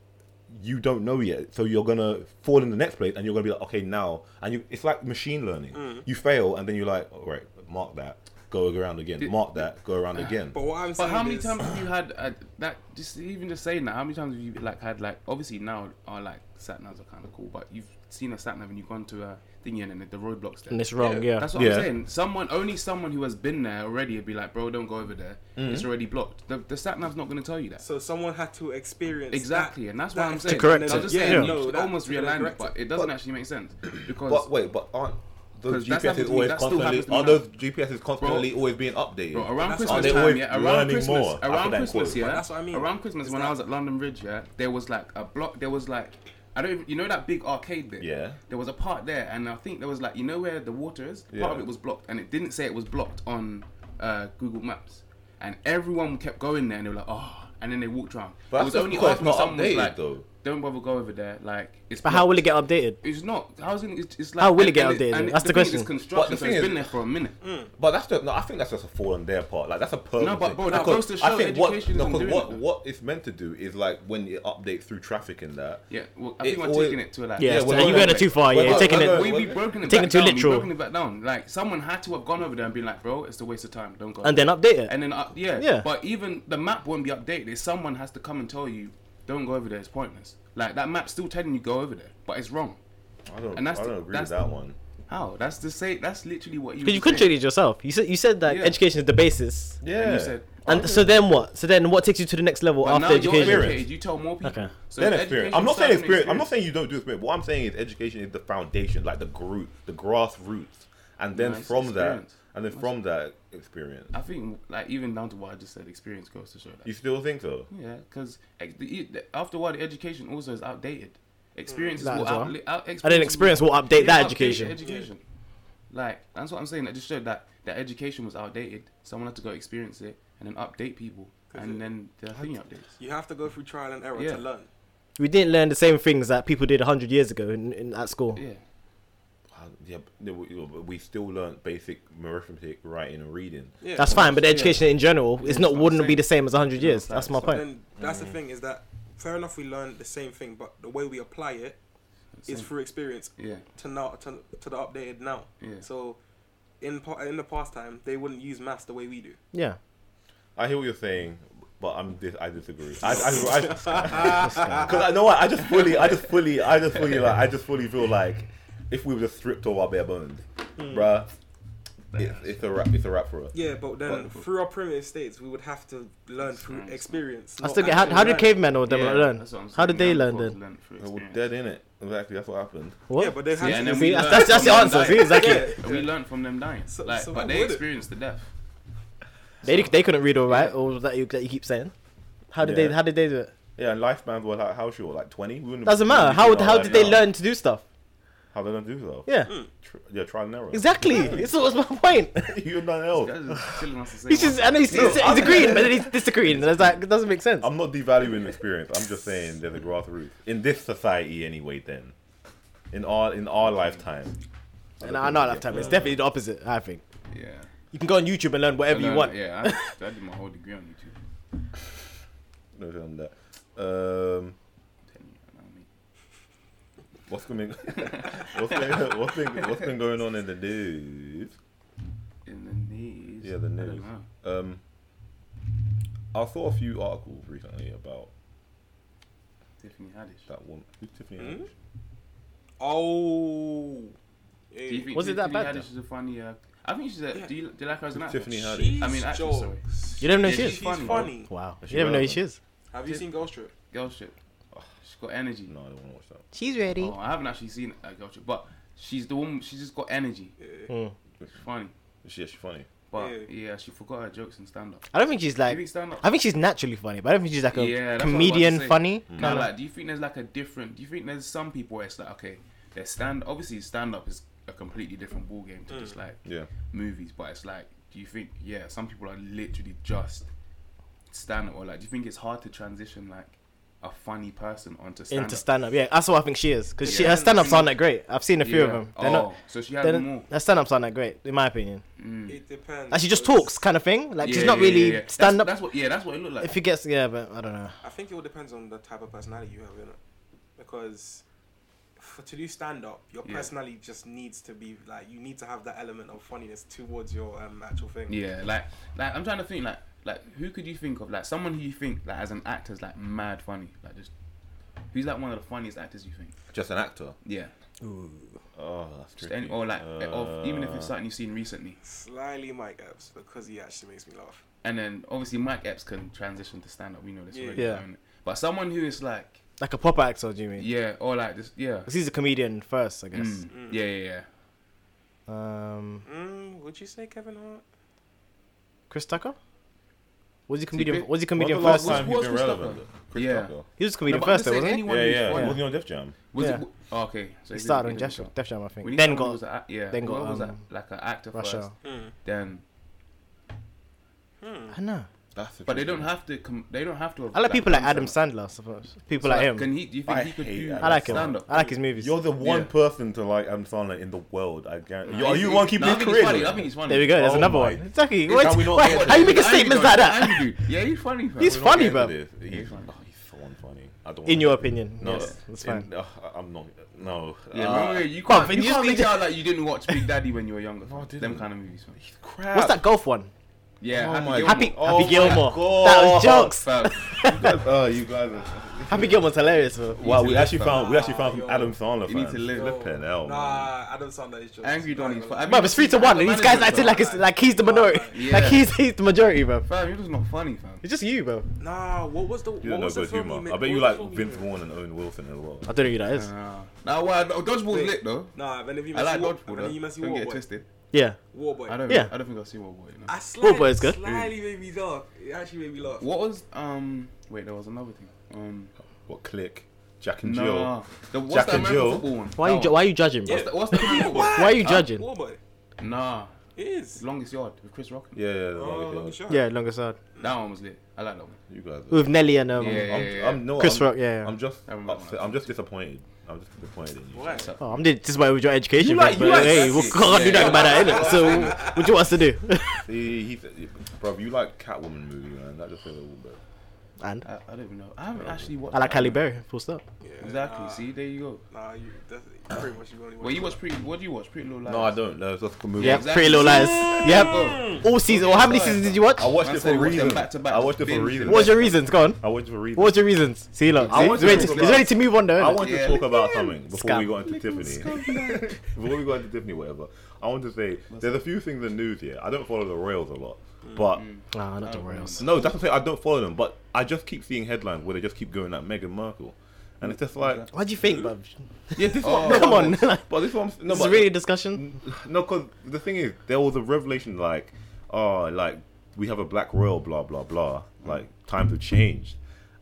you don't know yet. So you're gonna fall in the next place, and you're
Mm.
gonna be like, okay, now. And you, it's like machine learning. You fail, and then you're like, all right, "Oh, mark that. go around again. Mark that. Go around again.
But what I'm
But
saying
how many
is,
times have you had uh, that? Just even just saying that, how many times have you like had like? Obviously now are like sat navs are kind of cool, but you've seen a sat nav and you've gone to a thingy and then the roadblocks there.
And it's wrong, yeah.
That's what
Yeah.
I'm saying. Someone only someone who has been there already would be like, bro, don't go over there.
Mm-hmm.
It's already blocked. The, the sat nav's not going to tell you that.
so someone had to experience
Exactly,
that-
and that's
that
what I'm saying.
correct
I was
it.
just
Yeah,
saying,
no,
you
that-
almost
to
realigned it,
correct
but
it.
it doesn't
But-
actually make sense because
But wait, but aren't those
'Cause that's
GPSs
happened to me,
always
that still
constantly
happens to me
are
now.
those GPSs constantly always being updated?
Bro, around
that's
Christmas
what I'm
time,
saying.
yeah.
They're
Around
learning
Christmas,
more after
around
that
Christmas,
quarter.
yeah.
But that's what I mean.
Around Christmas,
It's
when I
that-
was at London Bridge, yeah, there was like a block. There was like, I don't, even, you know, that big arcade bit.
Yeah.
There was a part there, and I think there was like, you know, where the water is. Part of
Yeah.
it was blocked, and it didn't say it was blocked on uh, Google Maps, and everyone kept going there, and they were like, oh, and then they walked around.
But
it was
that's
only
because
after
it's not
someone was
updated,
like,
though.
don't bother go over there, like it's.
But how
blocked."
will it get updated?
It's not. How's it? It's, it's like.
How will it get
and
updated?
and
That's the
thing is,
question.
It's
But
construction,
the
so
thing
it's
is-
been there for a minute.
But that's the, no, I think that's just a fall on their part. Like that's a person.
No, but bro, that goes to show
I think what
education
no,
isn't
'cause
doing
what
it.
what it's meant to do is like when it updates through traffic and that.
Yeah, well, I
It
think we're
always-
taking it to like.
we're
Yeah, so you
going
going
away.
it too far.
We're
Yeah, you're
not-
taking
we're
it.
not-
We've be broken it
Taking
back
too
down. We've
literal.
broken it back down. Like someone had to have gone over there and been like, "Bro, it's a waste of time. Don't go."
And then update it.
And then up, yeah,
Yeah.
But even the map won't be updated. Someone has to come and tell you, "Don't go over there. It's pointless." Like that map's still telling you go over there, but it's wrong.
I don't,
And that's
I don't
the-
agree
that's
with that
the-
one.
How? That's the say. That's literally what you.
Because you
were saying.
contradicted yourself. You said you said that
Yeah.
education is the basis.
Yeah.
And you said. oh,
And so then what? So then what takes you to the next level
But
after
now you're
education?
educated. You tell more people.
Okay.
So
then experience. I'm not saying
starts
experience.
from
I'm not saying you don't do experience. What I'm saying is education is the foundation, like the root, the grassroots, and then
No, it's
from
experience.
that, and then from that experience.
I think like even down to what I just said, experience goes to show that.
You still think so?
Yeah, because after a while, the education also is outdated. Experience is
That
what
as well.
outli- out, experience
And then experience will update
Yeah,
that
update
education.
education. Like that's what I'm saying. That just showed that that education was outdated. Someone had to go experience it and then update people, and then the thing updates.
You have to go through trial and error
Yeah.
to learn.
We didn't learn the same things that people did hundred years ago in, in at school.
Yeah,
Uh, Yeah, but no, we- we we still learned basic arithmetic, writing, and reading.
Yeah.
That's fine, but the education in general is not
that's what I'm
wouldn't be
saying.
the same as hundred years.
Yeah,
That's my
so
point.
Then that's
Mm.
the thing is that fair enough we learn the same thing, but the way we apply it is
Same.
through experience
yeah.
to now to, to the updated now.
Yeah.
So in pa- in the past time they wouldn't use maths the way we do.
yeah.
I hear what you're saying, but I'm dis- I disagree. I, I, I, because I know what I just fully, I just fully, I just fully like, I just fully feel like if we were just stripped of our bare bones,
Hmm.
bruh, it's, it's a wrap. It's a wrap for us.
Yeah, but then
But-
through our primitive states we would have to learn through experience.
I
not
still get how,
actually
how did
learn.
cavemen or them
Yeah,
learn?
that's what I'm
How did
saying.
they
Now
learn
people
then?
learn through
Well, We're
experience.
dead in it. Exactly. That's what happened.
What?
Yeah, but they
Yeah,
had
and
to
then
See,
we
that's-
learn
that's-
from
that's the
them
answer. See,
dying.
exactly.
And we learned from them dying.
So-
like,
so
but
I
they
would-
experienced the death.
They they couldn't read or write, or that you, that you keep saying. How did
Yeah.
they how did they do it?
Yeah, and lifespans were like how short, like twenty. We wouldn't-
Doesn't
we wouldn't be
matter. How
doing our
how
life
did they
now.
learn to do stuff?
How they learn to do so?
Yeah,
Mm.
Tr- yeah, trial and error.
exactly. It's was my point.
You're not
Oh.
else.
Guys are killing us the same
He's just I know he's, he's, he's agreeing, but then he's disagreeing. And it's like it doesn't make sense.
I'm not devaluing experience. I'm just saying there's a grassroots in this society anyway. Then, in our in our lifetime,
And I know I love time. It's definitely the opposite. I think
way. Yeah.
you can go on YouTube and learn whatever you
Learn-
want.
Yeah, I, I did my whole degree on YouTube.
no, on that. Um,
Ten years, I mean.
what's coming? what's been, what's been what's been going on in the news?
In the news.
Yeah, the
I don't
news.
know.
Um, I saw a few articles recently about
Tiffany Haddish.
that woman, who's Tiffany.
Hmm?
Haddish?
Oh. Yeah.
Do you think
Was it that
Tiffany
bad,
Haddish is a funny? Uh, I think she's a.
Yeah.
Do, you, do you like her as an actor?
Tiffany
She's
Haddish.
I mean, actually,
jokes.
sorry.
You don't know
Yeah,
who she
She's
is.
she's-
funny.
funny.
Wow,
Is she
you never know who
relevant?
she is.
Have you seen Girl Trip?
Girl Trip. Oh, She's got energy.
No, I don't want to watch that.
She's ready.
Oh, I haven't actually seen a Girl Trip, but she's the woman. She's just got energy.
Hmm.
She's funny.
She, yeah, she's funny.
But
Yeah.
yeah. she forgot her jokes in stand up.
I don't think she's
Do you
like.
think stand up?
I think she's naturally funny, but I don't think she's like a
Yeah, that's what I was about to
comedian
say.
funny.
Now,
kinda.
like, do you think there's like a different? Do you think there's some people where it's like, okay, their stand obviously stand up is a completely different ball game to just like
Yeah.
movies, but it's like, do you think? Yeah, some people are literally just stand up, or like, do you think it's hard to transition like a funny person onto stand
into stand up. Yeah, that's what I think she is because she
Yeah.
her stand ups aren't that great. I've seen a few of
Yeah.
them. They're not.
Oh, so she
they're
had
not-
more.
her stand ups aren't that great, in my opinion.
It depends.
Like she Hmm. just
because
talks, kind of thing. Like she's
Yeah,
not
yeah, yeah,
really
yeah. That's-
stand up.
That's what. Yeah, that's what it looked like.
If he gets, yeah, but I don't know.
I think it all depends on the type of personality you have, you know, because for, to do stand up, your
Yeah.
personality just needs to be like you need to have that element of funniness towards your um, actual thing.
Yeah, like like I'm trying to think like like who could you think of like someone who you think like as an actor is like mad funny like just who's like one of the funniest actors you think?
Just an actor.
Yeah,
Oh, that's
just
tricky.
any, or like of, even if
Uh,
it's something you've seen recently.
Slightly Mike Epps because he actually makes me laugh.
And then obviously Mike Epps can transition to stand up. We know this
Yeah.
already.
Yeah.
don't we? But someone who is like
Like a pop actor, do you mean?
yeah or like just yeah.
'Cause he's a comedian first, I guess.
Mm. Yeah, yeah,
Um,
Mm, would you say Kevin Hart?
Chris Tucker? Was he
big-
comedian? Was he
When's the
comedian
last
first?
time
Who
he's
else
been
was
relevant?
Tucker?
though? Chris
Yeah.
Tucker.
He was a
yeah.
comedian first, though, wasn't he?
anyone
Yeah,
who's
yeah.
funny.
Wasn't he on Def Jam?
Was
Yeah.
it, oh, okay.
He
So it's
started
really
on
good
Def
job.
Def Jam, I think.
When he
Then
started, he was
got
a- yeah,
then
well,
got,
he was a-
um,
like an actor first,
Russia.
then
I know.
That's a
but they
tricky
don't
one.
have to. Com- they don't have to.
I like people like
come
Adam
to-
Sandler, I suppose. People
So,
like him.
Can he? Do you think
I
he could
hate
do?
Adam
I like him.
Stand up.
I like his movies.
You're the one
Yeah.
person to like Adam Sandler in the world. I guarantee.
No,
Are
I
you
think-
the one keeping
no, I
his
think he's
career?
funny. I
though?
think he's funny.
There we go. There's
Oh
another
my-
one. Exactly.
Can
What?
we not
why-
get
how you
to
making
I ain't
statements like
gonna-
that?
I ain't gonna- Yeah, he's funny. fam.
He's
We're not
funny,
getting
bro.
to this. He's,
funny.
oh, he's so unfunny. I don't.
In your opinion,
no,
yes, that's
in-
fine.
ugh, I'm not. No.
Yeah,
Ah,
remember, you
Come on,
can't, Uh, you
you
can't
just
make out like you didn't watch Big Daddy when you were younger.
No, I
fam. Them
didn't.
kind of movies. fam.
crap.
What's that golf one?
Yeah,
Oh
Happy
my
Gilmore.
Happy
Oh
Happy
my
Gilmore.
God.
That was jokes.
Fam.
oh, you guys. Are...
Happy Gilmore's hilarious. Bro.
Wow,
need
we
to
actually
live,
found we actually
Ah,
found some
yo.
Adam Sandler.
You need
fans.
to live.
Flipping hell, man.
Nah, Adam Sandler is just
Oh, Angry Donnie's.
Nah,
fam. Have you
Bro,
ever
it's three
seen
to
Anger
one. and These guys
Management,
acting like
fam?
it's like he's the minority.
Yeah.
Like he's he's the majority, bro.
Fam, you're just not funny, fam.
It's just you, bro.
Nah, what was the
You
what
don't know
was the
good
film? he
humor.
made-
I bet
what
you
was the
like
film he
Vince
made?
Vaughn and Owen Wilson as well.
I don't know who that is.
Uh,
Nah, nah, why? no, Dodgeball's lit though.
Nah, if any of you
I
miss
like
War-
Dodgeball.
if any of you
though.
miss
Don't get it
Warboy-
twisted.
Yeah.
Warboy.
I don't.
Yeah.
I don't think I've seen Warboy. You know.
I slightly,
Warboy is good.
slightly made me laugh. It actually made me laugh.
What was um? Wait, there was another thing. Um,
What click? Jack and Jill.
no, the, what's
Jack
the
and
American
Jill.
football one?
Why are you
That
ju-
one.
why are you judging, bro?
What's the, what's the football one?
Why are you judging?
Warboy.
Nah,
It is.
longest yard with Chris Rock.
Yeah, yeah, yeah.
Oh,
yeah.
long shot.
Yeah, longest side
That one was lit. I like that one.
You guys. Are...
with Nelly and um.
Yeah.
I'm, I'm no.
Chris
I'm,
Rock, yeah, yeah.
I'm just.
I remember
Upset.
that.
I'm just disappointed. I'm just disappointed in you.
Why?
Oh, I'm di- just about with your education,
You
bro,
like-
but
you like
hey,
sexy.
we can't do
Yeah.
nothing about that, innit? So, what you want us to do?
See, he, bro, you like Catwoman movie, man. That just feels a little bit.
and
I, I don't even know. I haven't actually watched.
I like
that
Halle
one.
Berry. Full stop.
Yeah,
Exactly.
nah,
See, there you go.
Nah, you that's pretty much you only.
Well, you watch pretty. What do you watch? Pretty Little Liars.
No, I don't. No, it's just a movie.
Yeah,
exactly.
Pretty Little Liars.
Go.
Yep. All season. Or how many seasons did you watch?
I watched
Man
it for
said
a
watch them
reason.
back to back.
I watched it for a
Binge
reason.
What was your reasons? Go on.
I watched it for a reason.
What was your reasons? See, look.
I
See,
want
it's
to
ready
talk
to, it's
about-
ready to move on, though.
I
innit?
want
Yeah.
to talk about something before we
Scam.
got into Tiffany. before we got into Tiffany, whatever. I want to say there's a few things in the news here. I don't follow the Royals a lot,
Mm,
but
Nah, not the Royals.
no, that's what I'm saying. I don't follow them, but I just keep seeing headlines where they just keep going at Meghan Markle, and it's just like,
What do you think, bruv?
yeah, this
Oh.
one. no,
Come
but-
on. like,
But this one, no,
this
but
is really a discussion.
No, because the thing is, there was a revelation like, oh, like we have a black royal, blah blah blah. Like times have changed,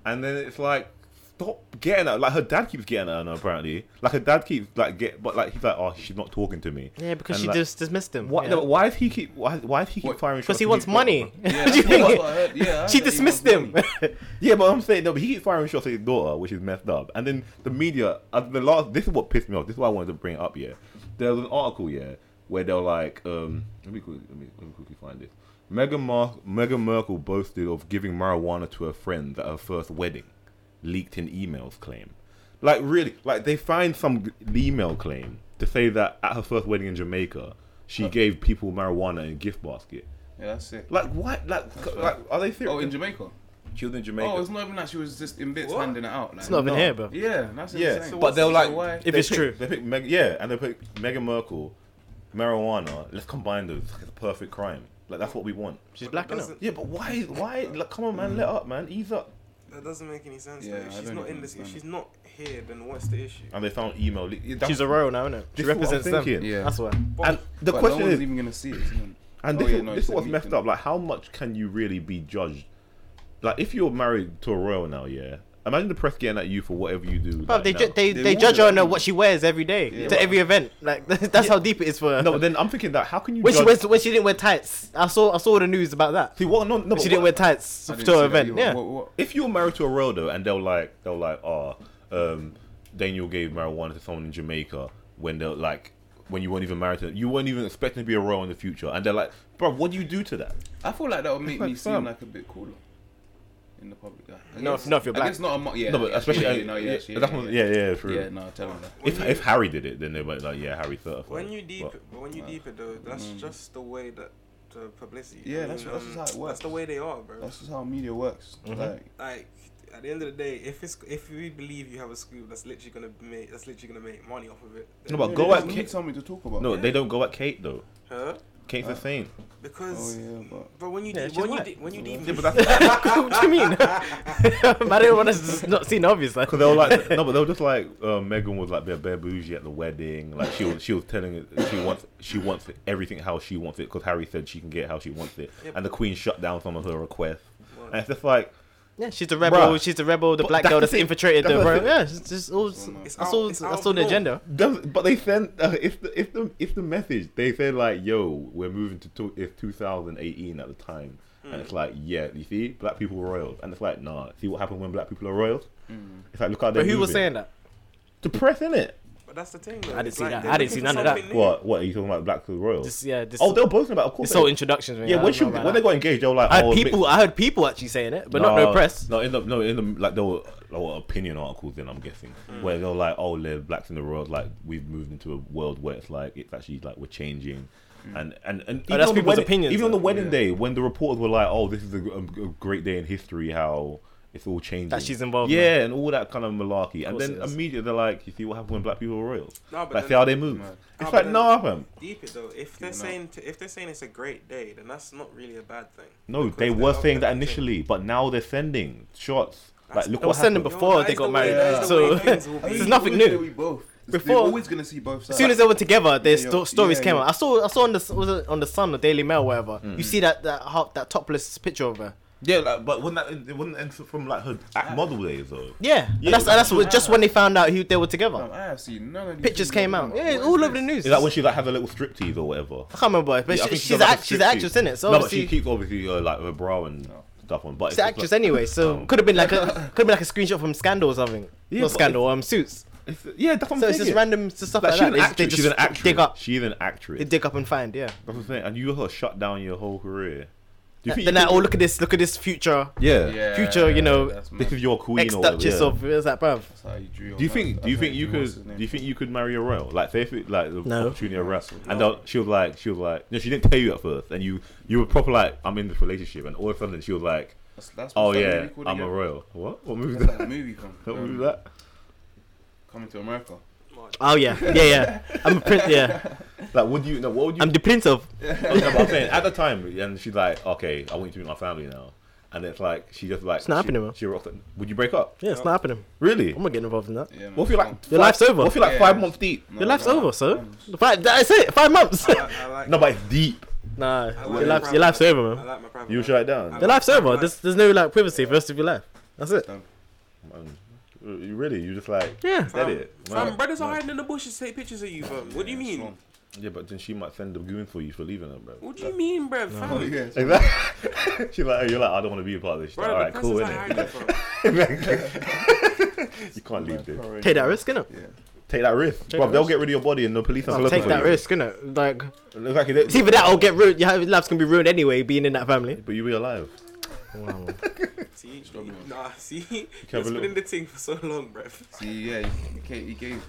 and then it's like, stop getting her. Like her dad keeps getting at her apparently. Like her dad keeps like get, but like he's like, oh, she's not talking to me.
Yeah, because
And,
she
like,
just dismissed him.
Why,
Because
no, why does he keep? Why, why does he keep
What-
firing shots?
he
at
wants
his
money.
daughter?
Yeah,
What do you
that's what
think?
I heard. Yeah, I heard
She
that he
dismissed
was
him.
lit.
Yeah, but I'm saying no. But he keeps firing shots at his daughter, which is messed up. And then the media, uh, the last. This is what pissed me off. This is why I wanted to bring it up. Yeah, there was an article. Yeah, where they were like, um, let me quickly, let me, let me quickly find this. Meghan, Mar- Meghan Merkel boasted of giving marijuana to her friends at her first wedding, leaked in emails claim. Like really, like they find some email claim to say that at her first wedding in Jamaica, she gave people marijuana in a gift basket.
Yeah, that's it.
Like what? Like, c- like are they serious?
Oh, in Jamaica.
she was in Jamaica.
Oh, it's not even like she was just in bits
What?
handing it out. Like,
It's not even
No.
here, bro.
Yeah, that's
Yeah,
insane.
but they'll
So
like
why-
If
they
it's
pick-
true.
they pick Meg- yeah, and they pick Meghan Merkel, marijuana. Let's combine those. It's like the perfect crime. Like that's what we want.
She's black, innit?
doesn't-
Yeah, but why? Why? Like, come on, man, let up, man, ease up.
That doesn't make any sense.
Yeah,
though.
I
If she's
don't
not
even
in this, if
understand
she's not here, then what's the issue?
And they found email. leak- Yeah, that's-
She's a royal now, innit?
This
She
is what I'm
represents them.
thinking.
Yeah.
That's why.
And the
but
question
no one's
is,
even gonna see it. isn't it?
and
Oh,
this,
yeah,
is
no,
this
it's
is what's
a
messed
meeting.
up. Like, how much can you really be judged? Like, if you're married to a royal now, yeah. Imagine the press getting at you for whatever you do.
Bro,
like,
they,
now.
ju- they,
They
they,
will
judge
do.
her on uh, what she wears every day to every event. Like that's how deep it is for her.
no, but then I'm thinking that how can you
when she
judge?
wears, when she didn't wear tights, I saw I saw the news about that.
See what? No, no. but
she didn't
what-
wear tights
I didn't
to
see
her
that
event.
either.
Yeah,
What- what-
if you're married to a royal though, and they'll like they'll like, oh, um, Daniel gave marijuana to someone in Jamaica when they're like when you weren't even married to you weren't even expecting to be a royal in the future, and they're like, bro, what do you do to that?
I feel like that would make
like
me seem
fam.
like a bit cooler. in the public. Yeah. I
No,
guess-
if- no, if you're
I
black.
guess not a mo- yeah,
No, but
yeah,
especially
yeah, yeah, no, yeah, yeah,
that's what- yeah, yeah, true.
yeah, no, tell him that.
If
When you-
if Harry did it, then everybody's like, yeah, Harry thought.
When you deep,
But,
it, but when you deep it though, that's just the way that the publicity.
Mm.
um,
Yeah, that's- that's just how it
That's
works.
the way they are, bro.
That's just how media works. Like,
like at the end of the day, if it's if we believe you have a scoop that's literally gonna make that's literally gonna make money off of it.
no,
then-
but
yeah,
go
they
at
just
Kate.
need something to talk about.
No, they don't go at Kate though.
huh?
Kate's the same.
Because
Oh yeah, but
but when you
Yeah,
deep,
she's
when you
white.
deep, when you deep,
Yeah, but that's
what do you mean? I didn't want us to not see the obvious. Like,
because they were like no, but they were just like uh, Megan was like bare, bare bougie at the wedding. Like she was she was telling it she wants she wants everything how she wants it because Harry said she can get it how she wants it,
Yep.
and the Queen shut down some of her requests.
Wow.
And it's just like
yeah, she's the rebel.
Bruh.
She's the rebel. The
But
black
that's
girl
the
that's
thing.
infiltrated
That's
the
the
room.
thing.
Yeah, it's just all. That's
Mm. It's
out-
all.
it's out
That's all the
of the norm.
agenda.
Does, but they send uh, if the if the if the message they say like yo we're moving to two, if 2018 at the time and it's like yeah you see black people were royals and it's like nah see what happened when black people are royals it's like look how they
Mm. But who was saying that?
to press in it
but that's the thing. Though.
I didn't
it's
see
like
that.
they're
I didn't see none
looking for
of that.
something new.
what what are you talking about black people royals
This, yeah, this.
oh they were boasting about it, of course
This
they
whole
were.
introductions, man. I
yeah
don't
when, she,
know about
when they
that.
got engaged they were like
I
oh,
heard
it's
people. I heard people actually saying it, but not no press.
No, in the no in the like there were there were opinion articles. Then I'm guessing where they're like, oh, they blacks in the world. Like we've moved into a world where it's like it's actually like we're changing. And and and even on
that's
the
people's
wedding,
opinions,
even on the
though.
wedding day when the reporters were like, oh, this is a, a- a great day in history. How it's all changing.
That she's involved
Yeah, and all that kind of malarkey. And
course
then
it is.
immediately they're like, you see what happened when black people were royals.
No, but
like
then-
see how they move.
Right.
It's
No, but
like
then-
nah, fam.
Deep it though. If they're
Yeah, no.
saying to, if they're saying it's a great day, then that's not really a bad thing.
No,
Because
they
they're
were
not
saying that
gonna change.
initially, but now they're sending shots.
That's-
Like look
They were
what
sending
happened.
Yo,
before
that
they
is
got
the way-
married.
that is the
so
way things will
this
be.
is nothing
Always gonna
new.
be both.
Before-
Before, always gonna see both sides.
As soon as they were together, their
Yeah,
sto-
yeah,
stories
yeah.
came out. I saw, I saw on the was it on the Sun, the Daily Mail, whatever.
Mm.
You see that that half, that topless picture of her.
Yeah, like, but wasn't that it wasn't that from like her act model days though?
Yeah, and
Yeah,
that's
but-
that's what, just when they found out who they were together.
Um, I have seen none of these
Pictures
things
came
I'm
out.
like,
Yeah,
what
all
is
over the
this?
news.
Is that when she like had a little striptease or whatever?
I can't remember, but
Yeah, I
she,
think
she's
done,
a,
like, a
she's an
striptease.
actress in it, so
no, but
obviously
she keeps obviously uh, like her bra and stuff on. But
she's an
just,
actress
like,
anyway. So
um,
could have been like a could have been like a screenshot from Scandal or something.
Yeah,
Not
but
Scandal, um, Suits.
it's, yeah, that's what I'm
So it's
thinking.
just random s- stuff
Like,
like,
she's
that.
an
They just-
actress. She's
They just
an actress.
dig up,
She's an actress.
they
That's
dig up and find. Yeah.
what I'm saying. And you got shut down your whole career. Do you think
Then
you
that
could-
oh look at this, look at this future
yeah.
Yeah,
Future, you know,
that's mad.
This is your queen
ex
or whatever,
duchess
yeah.
of what's that, bruv?
That's how you drew your
Do you
mouth.
think? Do you
That's
think
how
you
what's his
could?
name?
Do you think you could marry a royal? Like, say if it, like the
No.
opportunity around, and
No.
they'll- she was like, she was like, no, she didn't tell you at first, and you, you were proper like, I'm in this relationship, and all of a sudden she was like,
That's, that's
oh
what's that
yeah,
movie called
I'm a
again?
royal. What? What movie? Is
That's
that?
that movie from
What movie
um,
is that?
Coming to America.
Oh yeah, yeah, yeah. I'm a prince. Yeah,
Like, would you? No, what would you?
I'm the prince of.
Oh, no, but I'm saying at the time, and she's like, okay, I want you to meet my family now, and it's like she just like,
It's not
she,
happening, man.
She rocks it. Would you break up?
Yeah, it's not happening.
Really?
I'm not getting involved in that.
Yeah, man.
What if you're like,
Your
five-
life's over.
What if you're like
Yeah.
five months deep?
No,
Your life's
no,
over, so.
no.
Five, that's it. Five months.
I like- I like-
No, but it's deep.
nah,
I like
your
my
life's
private
your life's
life.
over,
I
man.
like my private
You
life.
shut it down.
Your life's over. There's there's no like privacy for the rest of your life. That's it.
Damn.
Man, you really? You just like.
Yeah.
Said it.
Fam,
Man.
brothers are hiding in the bushes to take pictures of you, fam. What do you
Yeah,
mean?
strong.
Yeah, but then she might send the goon for you for leaving her, bro.
What do you mean, bruv?
Oh,
Fam.
yeah.
Exactly. She's like, oh, you're like, I don't want to be a part of this. She's like,
Brother,
All
the
right, cool,
person's not hiding
innit?
from.
you can't leave this.
Take that risk, innit?
Take that risk,
Take
bro.
that
They'll
risk.
get rid of your body and the police are
I'll
looking
take
for
that
you.
risk, innit? Like
Exactly.
it's either that or get ruined. Your life's gonna be ruined anyway, being in that family.
But you'll be alive.
See,
Struggle.
nah, see,
have
it's
a
been
look.
in the thing for so long, bruv.
See, yeah, he, gave, he gave.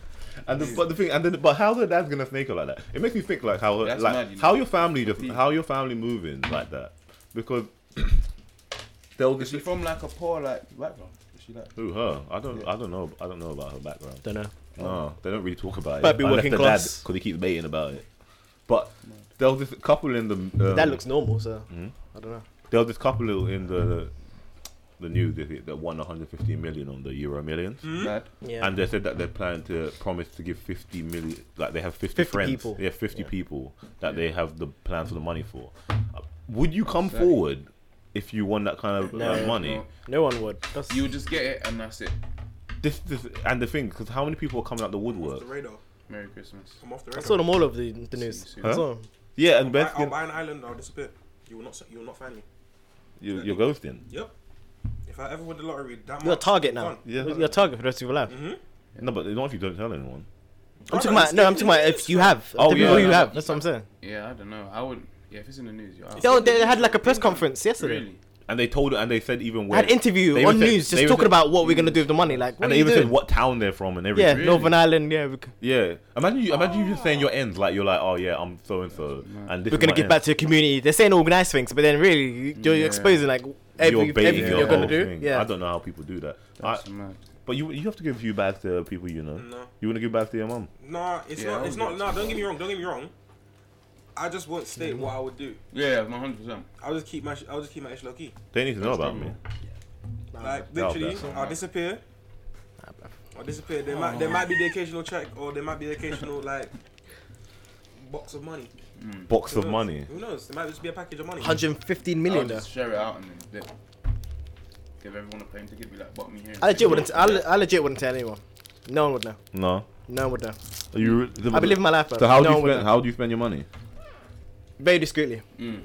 And the, but the thing, and then, but how's her dad's gonna snake her like that? It makes me think like how
That's
like
mad, you know.
how your family just
Deep.
how your family moving like that because they'll
Is
just
she from like a poor like background? Is she like?
who her? I don't I don't know I don't know about her background.
Don't know.
Oh.
No, they don't really talk about it.
Might be
Unless
working
the
class.
dad, because he keeps baiting about it. But there was this couple in the um,
That looks normal, so I don't know.
there was this couple in the the news that that won 150 million on the Euro Millions,
Hmm?
Mad.
Yeah.
and they said that they plan to promise to give 50 million, like they have 50,
50
friends,
people.
they have 50
Yeah.
people that they have the plan for the money for. Uh, Would you come
Exactly.
forward if you won that kind of
No.
uh, money?
No.
no one would. That's,
You just get it and that's it.
This, this and the thing, because how many people are coming out the
Off
woodwork?
the radar.
Merry Christmas.
I'm off the
I
radar.
saw them all over the, the news.
Huh?
I saw 'em.
Yeah, and
I,
best
I'll buy an island. I'll disappear. You will not. You will not find me.
you, you're ghosting.
Yep. If I ever win the lottery, that
You're a
month,
target
I'm
now.
gone.
Yeah.
You're a target for the rest of your life.
No, but not if you don't tell anyone.
I'm talking
Brother,
about no. I'm talking about
it's-
if you have.
Oh,
the
yeah,
people you
no,
have. That's what I'm saying.
Yeah, I don't know. I would. Yeah, if it's in the news, you're out.
Yo, they had like a press conference yesterday.
Really?
and they told and they said even
I
where
had an interview
they even
on
said-
news
they
just
even
talking
said-
about what we're gonna do with the money. Like, what
and
are
they
you
even
doing?
said what town they're from and everything.
yeah, Northern Ireland. Yeah, we c-
Yeah, imagine you imagine you just saying your
Ah.
ends like you're like oh yeah I'm so and so and this
we're
is
gonna
my
give
ends.
back to the community. They're saying all nice things, but then really you- you're
Yeah.
exposing like every,
baiting
everything
your
you're gonna
whole
do.
thing.
Yeah,
I don't know how people do that. I,
That's mad.
but you you have to give you back to people you know.
No.
You want to give back to your mom.
Nah, it's
Yeah, I
not. It's
would
not.
do
Nah, don't get me wrong. Don't get me wrong. I just won't state what I would do.
Yeah, one hundred percent.
I'll just keep my. sh- I'll just keep my issue low key.
They need to know about me.
Like
doubt
literally,
that.
I'll disappear. I'll disappear. There might there might be the occasional check, or there might be the occasional like box of money.
Box
Who
of
knows?
money.
Who knows? It might just be a package of money.
115
I'll
million. though.
just share it out and then flip. Give everyone a plane ticket. Be like, bought me here.
I legit wouldn't. I, le- I legit wouldn't tell anyone. No one would know.
No.
No one would know.
Are you. re- the-
I've been living my life.
So how
no
do you
one would
spend?
know.
How do you spend your money?
Very discreetly.
Mm.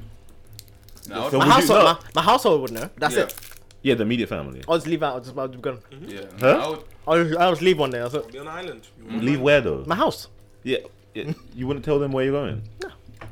No, I'll-
So would
My
you-
household,
no.
my, my household would know. That's
yeah.
it.
Yeah, the immediate family.
Oh.
I'll just leave out. I'll just, I'll just be gone.
Yeah.
Huh?
I would,
I'll, just- I'll just leave one day. That's it.
I'll be on an island.
Leave where though?
My house.
Yeah. yeah. You wouldn't tell them where you're going.